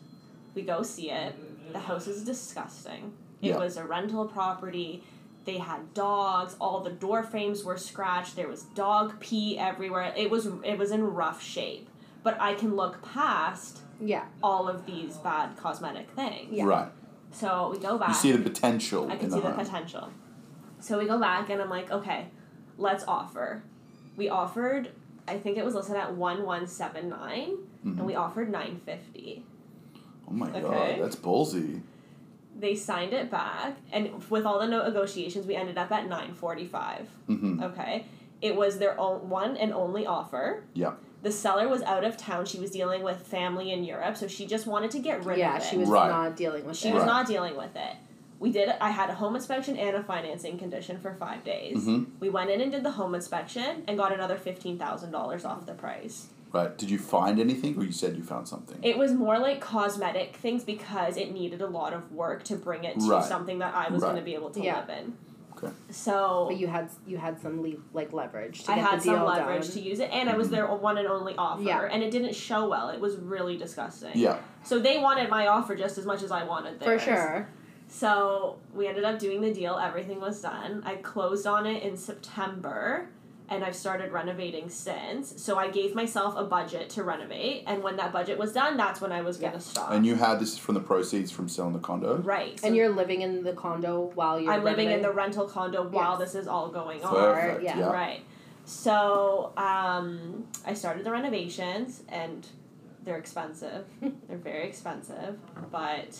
S3: We go see it. The house is disgusting. It
S1: Yeah.
S3: was a rental property. They had dogs. All the door frames were scratched. There was dog pee everywhere. It was it was in rough shape. But I can look past
S2: Yeah.
S3: all of these bad cosmetic things.
S2: Yeah.
S1: Right.
S3: So we go back.
S1: You see the potential
S3: I
S1: in
S3: can
S1: the
S3: see the
S1: home.
S3: potential. So we go back and I'm like, okay, let's offer. We offered, I think it was listed at one one seven nine,
S1: Mm-hmm.
S3: and we offered nine fifty.
S1: Oh my
S3: Okay.
S1: god, that's ballsy.
S3: They signed it back, and with all the no- negotiations, we ended up at nine forty five.
S1: Mm-hmm.
S3: Okay, it was their own one and only offer.
S1: Yeah.
S3: The seller was out of town; she was dealing with family in Europe, so she just wanted to get rid
S2: Yeah,
S3: of it.
S2: she was
S1: Right.
S2: not dealing with
S3: She
S2: it.
S3: was
S1: Right.
S3: not dealing with it. We did. I had a home inspection and a financing condition for five days.
S1: Mhm.
S3: We went in and did the home inspection and got another fifteen thousand dollars off the price.
S1: Right. Did you find anything, or you said you found something?
S3: It was more like cosmetic things because it needed a lot of work to bring it to
S1: Right.
S3: something that I was
S1: Right.
S3: going to be able to
S2: Yeah.
S3: live in.
S1: Okay.
S3: So
S2: But you had you had some le- like leverage to
S3: I
S2: get
S3: had
S2: the deal
S3: some leverage
S2: done.
S3: to use it, and I was
S1: Mm-hmm.
S3: their one and only offer,
S2: Yeah.
S3: and it didn't show well. It was really disgusting.
S1: Yeah.
S3: So they wanted my offer just as much as I wanted
S2: For
S3: theirs.
S2: sure.
S3: So we ended up doing the deal. Everything was done. I closed on it in September and I've started renovating since. So I gave myself a budget to renovate. And when that budget was done, that's when I was going
S2: Yeah.
S3: to stop.
S1: And you had this from the proceeds from selling the condo.
S3: right. So
S2: And you're living in the condo while you're
S3: I'm living in the
S2: renovating.
S3: rental condo while
S2: Yes.
S3: this is all going on.
S1: Perfect.
S2: yeah.
S1: Yeah.
S3: Right. So um, I started the renovations, and they're expensive. they're very expensive, but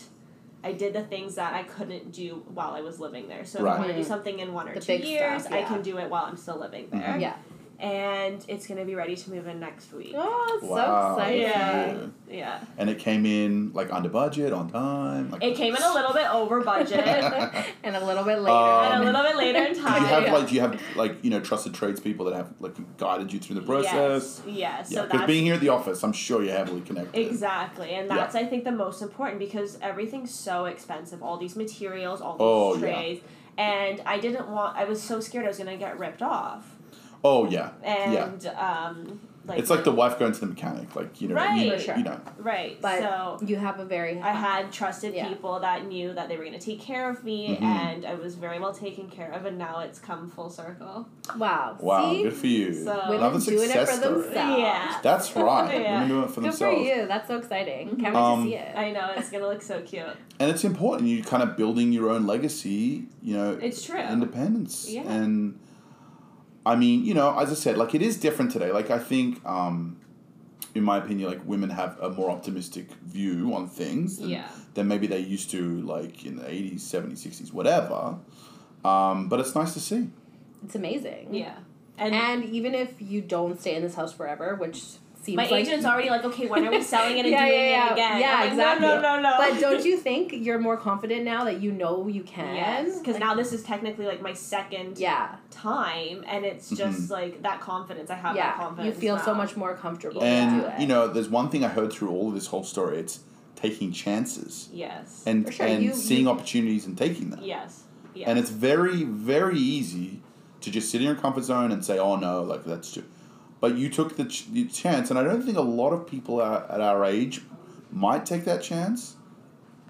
S3: I did the things that I couldn't do while I was living there. So if I
S1: Right.
S3: want to do something in one or
S2: The
S3: two
S2: big stuff,
S3: years, I
S2: yeah.
S3: can do it while I'm still living there.
S1: Mhm.
S2: Yeah.
S3: And it's gonna be ready to move in next week.
S2: Oh, it's
S1: Wow.
S2: so exciting.
S3: Yeah.
S1: Yeah.
S3: Yeah.
S1: And it came in like under budget, on time. Like
S3: It came in a little bit over budget. and
S2: and a little bit later.
S1: Um,
S3: a little bit later in
S1: Do
S3: time.
S1: you have
S2: Yeah.
S1: like do you have like you know trusted tradespeople that have like guided you through the process?
S3: Yes. yes.
S1: Yeah,
S3: so
S1: because
S3: that's
S1: being here at the office, I'm sure you're heavily connected.
S3: Exactly, and
S1: Yeah.
S3: that's I think the most important because everything's so expensive. All these materials, all these
S1: Oh, yeah.
S3: trays, and I didn't want. I was so scared I was gonna get ripped off,
S1: Oh yeah, yeah.
S3: and um, like
S1: it's like the wife going to the mechanic, like you know,
S3: Right.
S1: you,
S2: For sure.
S1: you know,
S3: right.
S2: But
S3: so
S2: you have a very
S3: I had trusted
S2: Yeah.
S3: people that knew that they were going to take care of me,
S1: Mhm.
S3: and I was very well taken care of, and now it's come full circle.
S2: wow.
S1: wow,
S2: See?
S1: good for you.
S3: So-
S1: Love
S2: Women
S1: a
S2: doing it
S1: success
S2: for
S1: story.
S2: themselves.
S3: Yeah.
S1: That's right.
S3: Yeah.
S1: Women doing it for
S2: Good for
S1: themselves.
S2: you. That's so
S3: Mm-hmm.
S2: exciting. Can't wait
S1: Um,
S2: to see it.
S3: I know it's going to look so cute.
S1: and it's important. You kind of building your own legacy. You know,
S3: It's true.
S1: Independence.
S3: Yeah.
S1: And I mean, you know, as I said, like it is different today. Like I think, um, in my opinion, like women have a more optimistic view on things. Than,
S3: Yeah.
S1: than maybe they used to, like in the eighties, seventies, sixties, whatever. Um, but it's nice to see.
S2: It's amazing.
S3: Yeah.
S2: And even if you don't stay in this house forever, which seems
S3: My
S2: like
S3: agent's already like, okay, when are we selling it and
S2: Yeah,
S3: doing
S2: yeah, yeah.
S3: it again?
S2: Yeah,
S3: I'm like,
S2: exactly.
S3: No, no, no, no.
S2: But don't you think you're more confident now that you know you can?
S3: because
S2: Like,
S3: now this is technically like my second
S2: yeah,
S3: time, and it's
S1: Mm-hmm.
S3: just like that confidence. I have that
S2: yeah, you
S3: confidence.
S2: feel so
S3: now.
S2: much more comfortable.
S1: And
S2: to do it.
S1: you know, there's one thing I heard through all of this whole story. It's taking chances
S3: Yes.
S1: and
S2: For sure,
S1: and
S2: you-
S1: seeing
S2: you-
S1: opportunities and taking them.
S3: yes. Yes.
S1: And it's very very easy to just sit in your comfort zone and say, "Oh no, like that's too." But you took the, ch- the chance, and I don't think a lot of people at, at our age might take that chance.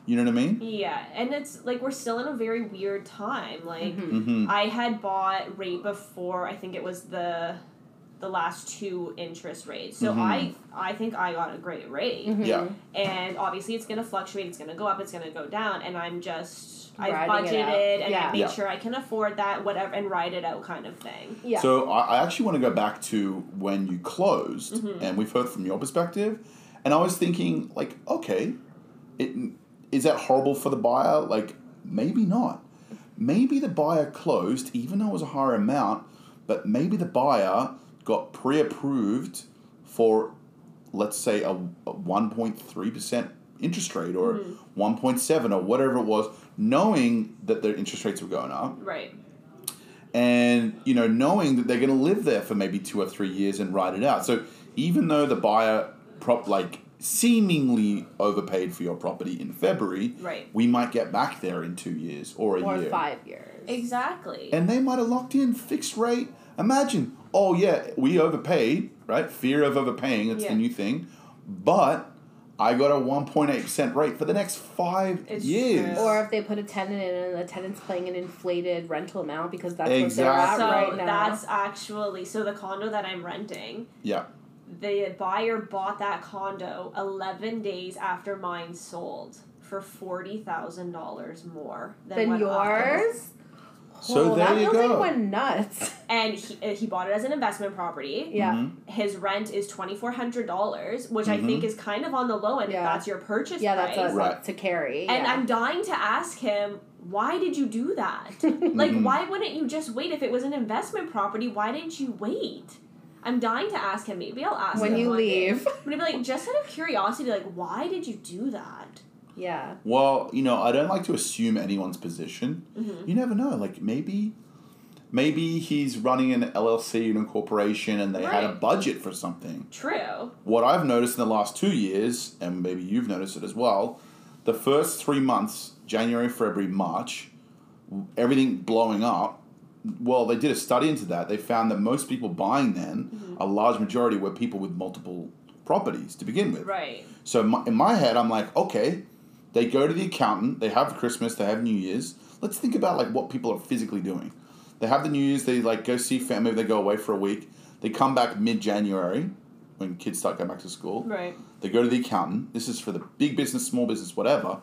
S1: You know what I mean?
S3: yeah, and it's like we're still in a very weird time. Like
S2: Mhm.
S1: Mm-hmm.
S3: I had bought right before I think it was the the last two interest rates. So
S1: Mhm.
S3: I I think I got a great rate.
S2: Mhm.
S1: Yeah.
S3: and obviously it's going to fluctuate it's going to go up it's going to go down and i'm just i've
S2: Riding it out.
S3: budgeted and
S2: Yeah.
S3: i make
S1: Yeah.
S3: sure i can afford that whatever and ride it out kind of thing
S2: yeah.
S1: So I, I actually want to go back to when you closed,
S3: Mhm.
S1: and we've heard from your perspective. And I was thinking, like, okay, it is that horrible for the buyer? Like, maybe not. Maybe the buyer closed, even though it was a higher amount, but maybe the buyer got pre-approved for, let's say, a one point three percent interest rate or point seven or whatever it was, knowing that their interest rates were going up
S3: right
S1: and you know knowing that they're going to live there for maybe two or three years and ride it out so even though the buyer prop like seemingly overpaid for your property in february
S3: Right.
S1: we might get back there in two years or a
S2: or
S1: year
S2: five years.
S3: exactly
S1: and they might have locked in fixed rate imagine oh yeah we overpaid right fear of overpaying it's
S3: Yeah.
S1: the new thing but i got a 1.8% rate for the next five
S3: It's
S1: years
S3: true.
S2: Or if they put a tenant in and the tenant's paying an inflated rental amount because that's
S1: Exactly.
S2: what
S3: so
S2: they're at right now.
S3: that's actually so the condo that i'm renting
S1: yeah
S3: the buyer bought that condo 11 days after mine sold for $40,000 more than,
S2: than
S3: what I-
S2: yours.
S1: So
S2: oh,
S1: there
S2: that
S1: you
S2: building
S1: go.
S2: went nuts.
S3: And he, he bought it as an investment property.
S2: Yeah.
S1: Mhm.
S3: his rent is twenty four hundred dollars, which
S2: Mm-hmm.
S3: I think is kind of on the low end.
S2: Yeah.
S3: If that's your purchase
S2: Yeah,
S3: price.
S2: that's us
S1: Right.
S2: to carry.
S3: And
S2: yeah.
S3: I'm dying to ask him, why did you do that? like, why wouldn't you just wait? If it was an investment property, why didn't you wait? I'm dying to ask him. Maybe I'll ask
S2: when
S3: him
S2: you
S3: one day.
S2: leave.
S3: I'm gonna be like, just out of curiosity, like, why did you do that?
S2: yeah.
S1: Well, you know, I don't like to assume anyone's position. You never know. Like maybe, maybe he's running an LLC and a corporation, and they had a
S3: Right.
S1: budget for something.
S3: True.
S1: What I've noticed in the last two years, and maybe you've noticed it as well, the first three months, January, February, March, everything blowing up. Well, they did a study into that. They found that most people buying then, a large majority were people with multiple properties to begin with.
S3: Right.
S1: So my, in my head, I'm like, okay, they go to the accountant. They have Christmas. They have New Year's. Let's think about like what people are physically doing. They have the New Year's. They like go see family. They go away for a week. They come back mid January when kids start going back to school.
S3: Right.
S1: They go to the accountant. This is for the big business, small business, whatever.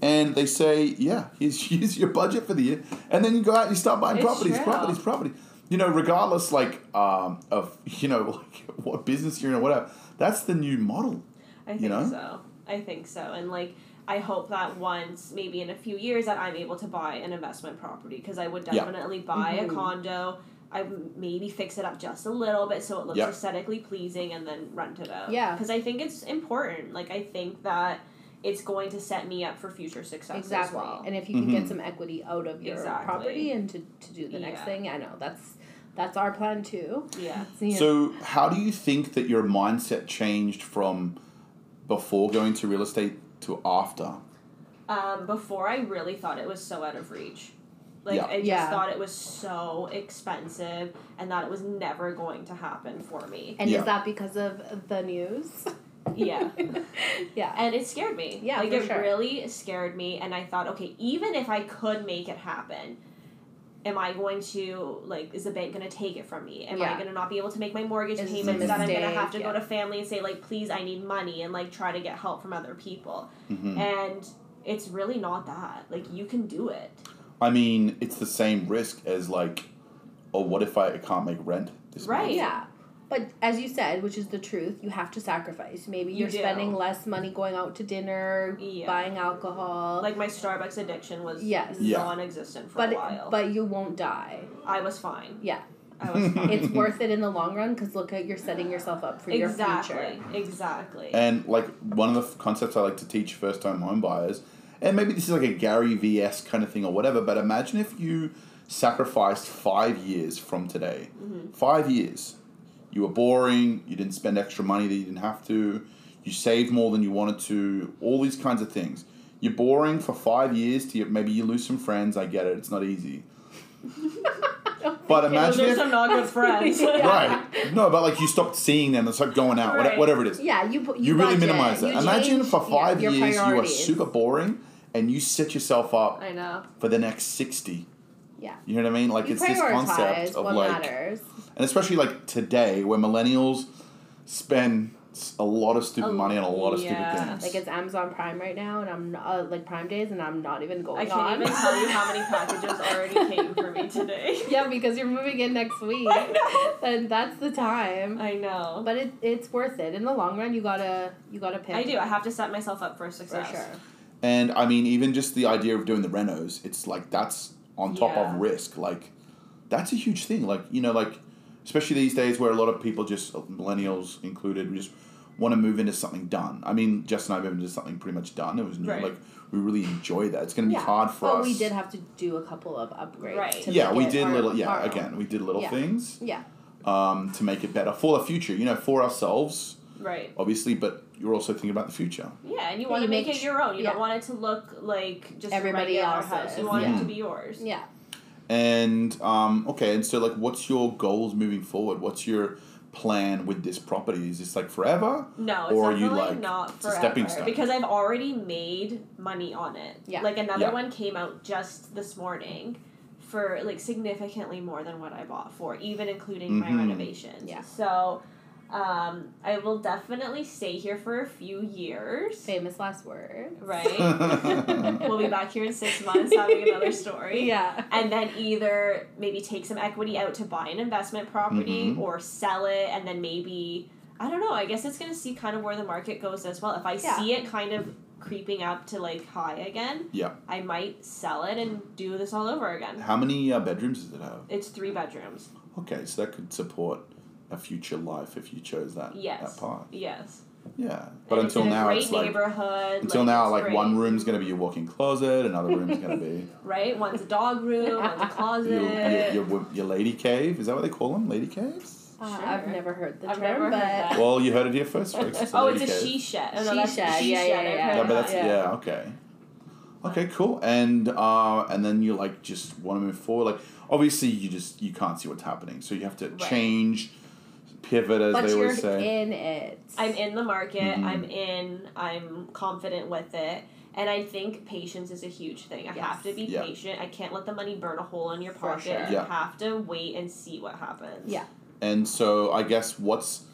S1: And they say, yeah, here's, here's your budget for the year. And then you go out and you start buying
S3: It's
S1: properties,
S3: true.
S1: properties, property. You know, regardless, like, um, of, you know, like what business you're in or whatever. That's the new model.
S3: I think
S1: You know?
S3: so. I think so. And like I hope that once, maybe in a few years, that I'm able to buy an investment property because I would
S1: Yeah.
S3: definitely buy
S2: Mhm.
S3: a condo. I would maybe fix it up just a little bit so it looks
S1: Yeah.
S3: aesthetically pleasing and then rent it out.
S2: Yeah.
S3: Because I think it's important. Like I think that it's going to set me up for future success as
S2: Exactly.
S3: well.
S2: And if you can get
S1: Mhm.
S2: some equity out of your
S3: Exactly.
S2: property and to, to do the next
S3: Yeah.
S2: thing, I know that's that's our plan too.
S3: yeah.
S2: You know,
S1: So, how do you think that your mindset changed from before going to real estate to after?
S3: Um, before I really thought it was so out of reach. Like
S1: Yeah.
S3: I just
S2: Yeah.
S3: thought it was so expensive and that it was never going to happen for me.
S2: And
S1: Yeah.
S2: is that because of the news?
S3: Yeah.
S2: yeah.
S3: and it scared me.
S2: Yeah,
S3: like
S2: for
S3: it
S2: sure.
S3: really scared me, and I thought, okay, even if I could make it happen, am I going to like? Is the bank going to take it from me? Am I
S2: Yeah.
S3: going to not be able to make my mortgage
S2: Is this a
S3: payments? That I'm going to
S2: mistake?
S3: have to go
S2: Yeah.
S3: to family and say like, please, I need money, and like try to get help from other people.
S1: Mhm.
S3: And it's really not that. Like you can do it.
S1: I mean, it's the same risk as like, oh, what if I can't make rent? This month?
S3: Right.
S2: Yeah. But as you said, which is the truth, you have to sacrifice. Maybe
S3: You
S2: you're
S3: do.
S2: spending less money going out to dinner,
S3: Yeah.
S2: buying alcohol.
S3: Like my Starbucks addiction was
S2: Yes.
S1: Yeah.
S3: non-existent for
S2: but
S3: a while.
S2: but you won't die.
S3: I was fine.
S2: Yeah.
S3: I was fine.
S2: It's worth it in the long run cuz look at you're setting yourself up for
S3: exactly.
S2: your future.
S3: Exactly.
S1: And like one of the f- concepts I like to teach first time home buyers, and maybe this is like a Gary VS kind of thing or whatever, but imagine if you sacrificed five years from today.
S3: Mm-hmm.
S1: Five years. You were boring, you didn't spend extra money that you didn't have to, you saved more than you wanted to, all these kinds of things. You're boring for five years to maybe you lose some friends, I get it, it's not easy. but
S3: Those
S1: imagine
S3: are
S1: if,
S3: some not good friends.
S2: Yeah.
S1: right. No, but like you stopped seeing them, it's like going out, whate-
S3: Right.
S1: whatever it is
S2: Yeah, you pu-
S1: you,
S2: you,
S1: really
S2: budget,
S1: minimize that.
S2: you
S1: Imagine
S2: change,
S1: for
S2: yeah,
S1: five
S2: your
S1: years you are
S2: priorities.
S1: super boring and you set yourself up
S3: I know.
S1: for the next sixty.
S2: Yeah.
S1: You know what I mean? Like
S2: You
S1: it's this
S2: prioritize
S1: concept of
S2: what
S1: like,
S2: matters.
S1: and especially like today where millennials spend s- a lot of stupid
S3: A-
S1: money on a lot of
S3: yeah.
S1: stupid things.
S2: Like it's Amazon Prime right now, and I'm uh, like Prime days, and I'm not even going
S3: I
S2: on.
S3: can't even tell you how many packages already came for me today.
S2: yeah, because you're moving in next week,
S3: I know.
S2: and that's the time.
S3: I know.
S2: But it, it's worth it in the long run. You gotta you gotta pay.
S3: I do. I have to set myself up for
S2: for
S3: success.
S2: sure.
S1: and I mean, even just the idea of doing the renos, it's like that's on top
S3: Yeah.
S1: of risk. Like that's a huge thing. Like you know, like especially these days where a lot of people just uh, millennials included just want to move into something done. I mean, Jess and I moved into something pretty much done. It was new.
S3: Right.
S1: Like we really enjoy that. It's going to be
S2: yeah,
S1: hard for
S2: but
S1: us.
S2: we did have to do a couple of upgrades.
S3: Right.
S2: To
S1: yeah,
S2: make
S1: we
S2: it
S1: did
S2: our-
S1: little. Yeah,
S2: our own.
S1: again, we did little
S2: Yeah.
S1: things
S2: Yeah,
S1: um, to make it better for the future. You know, for ourselves,
S3: Right.
S1: obviously, but you're also thinking about the future.
S3: Yeah, and you
S2: Yeah,
S3: want
S2: you
S3: to make
S2: make
S3: it
S2: sh-
S3: your own. You don't
S2: yeah.
S3: want it to look like just
S2: Everybody
S3: everybody else's.
S2: else's.
S3: House. You want it
S1: Yeah.
S3: to be yours.
S2: yeah.
S1: And um, okay, and so like, what's your goals moving forward? What's your plan with this property? Is this like forever?
S3: No, it's
S1: Or you
S3: definitely
S1: like-
S3: not
S1: it's a
S3: forever
S1: stepping stone.
S3: because I've already made money on it.
S2: Yeah.
S3: Like another
S1: Yeah.
S3: one came out just this morning for like significantly more than what I bought for, even including my
S1: Mhm.
S3: renovations.
S2: Yeah.
S3: So um, I will definitely stay here for a few years.
S2: Famous last word.
S3: Right. we'll be back here in six months having another story.
S2: Yeah.
S3: And then either maybe take some equity out to buy an investment property
S1: Mhm.
S3: or sell it and then maybe I don't know, I guess it's gonna see kind of where the market goes as well. If I
S2: Yeah.
S3: see it kind of creeping up to like high again,
S1: Yeah.
S3: I might sell it and do this all over again.
S1: How many uh, bedrooms does it have?
S3: It's three bedrooms.
S1: Okay, so that could support a future life if you chose that
S3: Yes.
S1: that path.
S3: Yes.
S1: Yeah, but until
S3: And it's in a
S1: now
S3: great
S1: it's like
S3: neighborhood.
S1: until now
S3: it's
S1: like
S3: great,
S1: one room's gonna be your walk-in closet, another room's gonna be
S3: right? One's a dog room, one's a closet.
S1: your, your, your wo- your lady cave. Is that what they call them, lady caves?
S2: Uh,
S3: Sure.
S2: I've never heard the
S3: I've
S2: term,
S3: never heard
S2: but
S3: that.
S1: Well, you heard it here first. folks. It's a
S3: Oh,
S1: lady
S3: it's a
S1: cave.
S3: she shed. Oh, no,
S2: She
S3: that's
S2: shed,
S3: She
S2: yeah,
S3: shed.
S2: yeah,
S3: I've
S2: yeah.
S3: heard
S1: Yeah, but
S3: about
S1: that's
S3: that.
S1: yeah,
S2: Yeah.
S1: okay. Okay, cool. And uh, and then you like just want to move forward. Like obviously you just you can't see what's happening, so you have to
S3: Right.
S1: change, pivot as
S2: but
S1: they
S2: you're
S1: always say.
S2: in it.
S3: I'm in the market.
S1: Mhm.
S3: I'm in. I'm confident with it. And I think patience is a huge thing. I
S2: Yes.
S3: have to be
S1: Yeah.
S3: patient. I can't let the money burn a hole in your
S2: For
S3: pocket.
S2: sure.
S3: You
S1: Yeah.
S3: have to wait and see what happens.
S2: Yeah.
S1: And so I guess what's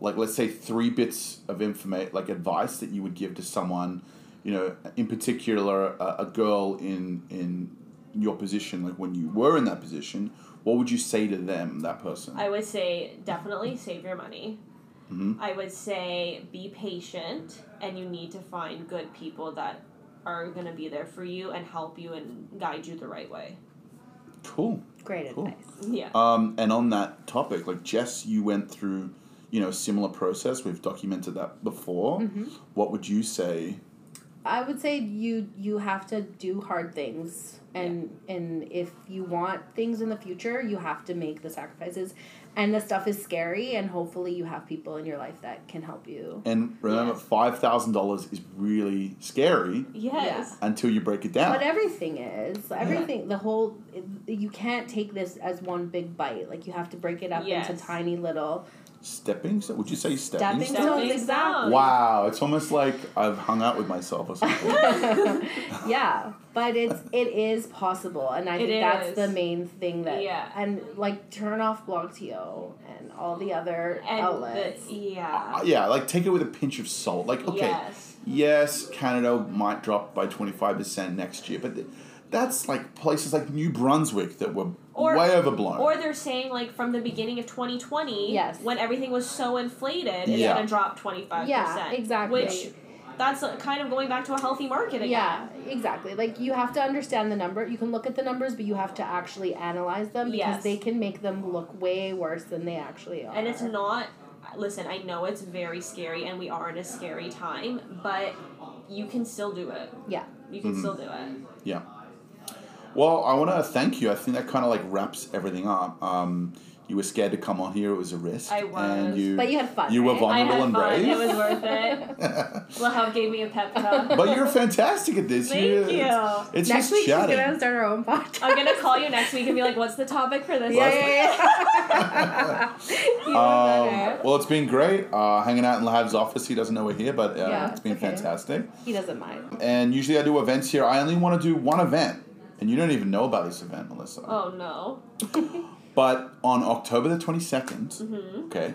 S1: like let's say three bits of information like advice that you would give to someone, you know, in particular a, a girl in in your position, like when you were in that position, what would you say to them, that person?
S3: I would say definitely save your money.
S1: Mhm.
S3: I would say be patient, and you need to find good people that are going to be there for you and help you and guide you the right way.
S1: cool.
S2: Great
S1: Cool.
S2: advice.
S3: Yeah.
S1: Um, and on that topic, like Jess, you went through,
S2: Mm. Mm-hmm.
S1: you know, a similar process. We've documented that before. What would you say
S2: I would say you you have to do hard things and and if you want things in the future, you have to make the sacrifices. And the stuff is scary and hopefully you have people in your life that can help you.
S1: And remember,
S3: Yes.
S1: five thousand dollars is really scary
S3: Yes.
S1: until you break it down.
S2: But everything is everything. The whole you can't take this as one big bite. Like you have to break it up
S3: Yes.
S2: into tiny little.
S1: Stepping stone? Would you say stepping,
S2: Stepping
S1: stone?
S2: stones,
S3: Stepping
S2: exactly.
S3: stones.
S1: Wow, it's almost like I've hung out with myself or something.
S2: yeah, but it's it is possible, and I
S3: It
S2: think that's
S3: is.
S2: the main thing that.
S3: Yeah.
S2: And like turn off BlogTO and all the other
S3: And the,
S2: outlets.
S1: Uh,
S3: yeah.
S1: yeah, like take it with a pinch of salt. Like, Uh, okay,
S3: Yes.
S1: yes, Canada might drop by 25% next year, but th- that's like places like New Brunswick that were
S3: Or-
S1: way overblown.
S3: Or they're saying like from the beginning of 2020,
S2: Yes.
S3: when everything was so inflated, it's
S1: Yeah.
S3: gonna drop 25.
S2: Yeah, exactly.
S3: Which that's uh, kind of going back to a healthy market again.
S2: Yeah, exactly. Like you have to understand the number. You can look at the numbers, but you have to actually analyze them because
S3: Yes.
S2: they can make them look way worse than they actually are.
S3: And it's not. Listen, I know it's very scary, and we are in a scary time, but you can still do it.
S2: Yeah.
S3: You
S1: Mm-hmm.
S3: can still do it.
S1: yeah. Well, I want to thank you. I think that kind of like wraps everything up. Um, you were scared to come on here; it was a risk.
S3: I was.
S1: and you,
S2: But you had fun,
S1: You were
S2: right?
S3: I
S1: vulnerable
S3: had
S1: and
S3: fun.
S1: brave.
S3: It was worth it. Lahab gave me a pep talk.
S1: but you're fantastic at this.
S3: Thank
S1: You're-
S3: you.
S1: It's, it's
S2: Next
S1: just
S2: week
S1: chatting.
S2: she's gonna start her own podcast.
S3: I'm gonna call you next week and be like, "What's the topic for this?"
S2: Yeah,
S3: week?"
S2: yeah, yeah. You know
S1: Um,
S2: better.
S1: well, it's been great uh, hanging out in Lahab's office. He doesn't know we're here, but uh,
S2: Yeah,
S1: it's been
S2: okay.
S1: fantastic.
S2: He doesn't mind.
S1: And usually I do events here. I only want to do one event, and you don't even know about this event, Melissa.
S3: Oh no.
S1: But on October the 22nd,
S3: Mm-hmm.
S1: okay,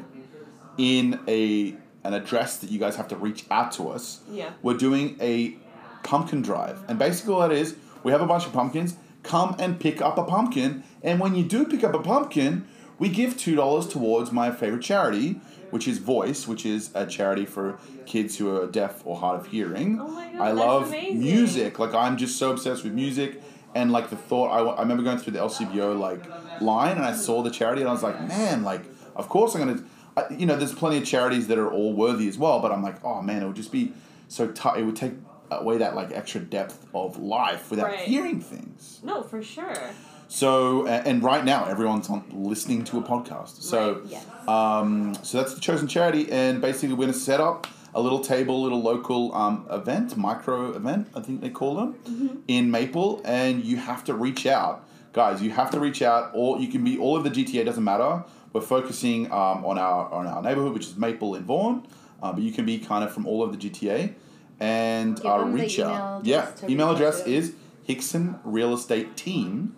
S1: in a an address that you guys have to reach out to us,
S3: Yeah.
S1: we're doing a pumpkin drive. And basically, all that is, we have a bunch of pumpkins. Come and pick up a pumpkin. And when you do pick up a pumpkin, we give $2 towards my favorite charity, which is Voice, which is a charity for kids who are deaf or hard of hearing.
S3: Oh my God,
S1: I
S3: that's
S1: love
S3: amazing.
S1: music. Like I'm just so obsessed with music, and like the thought. I, I remember going through the LCBO like line, and I saw the charity, and I was like, man, like of course I'm gonna. I, you know, there's plenty of charities that are all worthy as well, but I'm like, oh man, it would just be so tough. It would take away that like extra depth of life without
S3: Right.
S1: hearing things.
S3: No, for sure.
S1: So a- and right now everyone's on listening to a podcast. So
S3: Right,
S2: Yes.
S1: um, so that's the chosen charity, and basically we're going to set up a little table, little local um, event, micro event, I think they call them,
S2: Mm-hmm.
S1: in Maple, and you have to reach out, guys. You have to reach out, or you can be all of the GTA doesn't matter. We're focusing um, on our on our neighborhood, which is Maple and Vaughan, uh, but you can be kind of from all of the GTA, and
S2: Give
S1: our
S2: them the
S1: reach
S2: email
S1: out. Yeah,
S2: address to
S1: email
S2: reach out
S1: address
S2: to.
S1: is Hickson Real Estate Team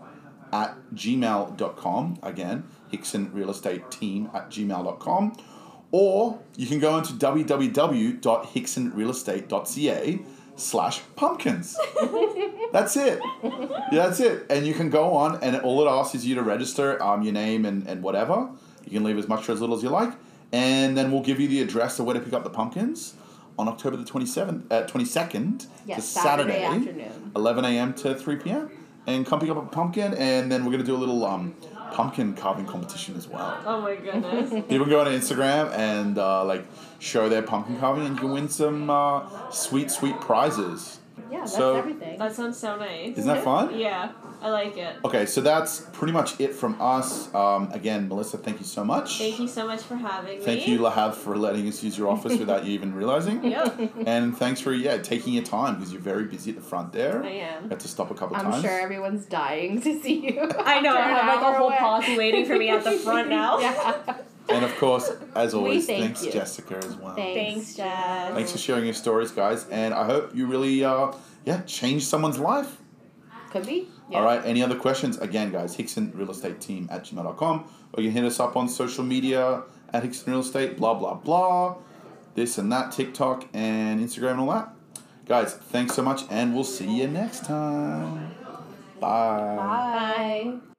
S1: at gmail.com. Again, Hickson Real Estate Team at gmail.com. Or you can go into www.hicksonrealestate.ca slash pumpkins. that's it. Yeah, that's it. And you can go on, and all it asks is you to register um, your name and, and whatever. You can leave as much or as little as you like. And then we'll give you the address of where to pick up the pumpkins on October the 27th, uh, 22nd.
S2: Yes,
S1: It's a
S2: Saturday afternoon.
S1: 11 a.m. to 3 p.m. And come pick up a pumpkin, and then we're gonna do a little um, pumpkin carving competition as well.
S3: Oh my goodness.
S1: People can go on Instagram and uh, like show their pumpkin carving, and you can win some uh, sweet, sweet prizes.
S2: yeah, that's
S1: uh, so-
S2: everything.
S3: that sounds so nice.
S1: Isn't that fun?
S3: Yeah, I like it.
S1: Okay, so that's pretty much it from us. Um, again, Melissa, thank you so much.
S3: Thank you so much for having
S1: Thank
S3: me.
S1: you, Lahav, for letting us use your office without you even realizing.
S3: Yep.
S1: And thanks for yeah taking your time because you're very busy at the front there.
S3: I am.
S1: You have to stop a couple
S2: I'm
S1: times.
S2: sure everyone's dying to see you.
S3: I know. I
S2: after an
S3: have like
S2: hour
S3: a whole
S2: away.
S3: posse waiting for me at the front now.
S2: Yeah.
S1: And of course, as always,
S2: thank
S1: thanks
S2: you.
S1: Jessica as well.
S3: Thanks, Jess.
S1: Thanks for sharing your stories, guys, and I hope you really, uh, yeah, change someone's life.
S2: Could be. Yeah.
S1: All right, any other questions? Again, guys, Hickson Real Estate Team at gmail.com, or you can hit us up on social media at Hickson Real Estate, blah, blah, blah, this and that, TikTok and Instagram and all that. Guys, thanks so much, and we'll see you next time. Bye.
S2: Bye.
S3: Bye.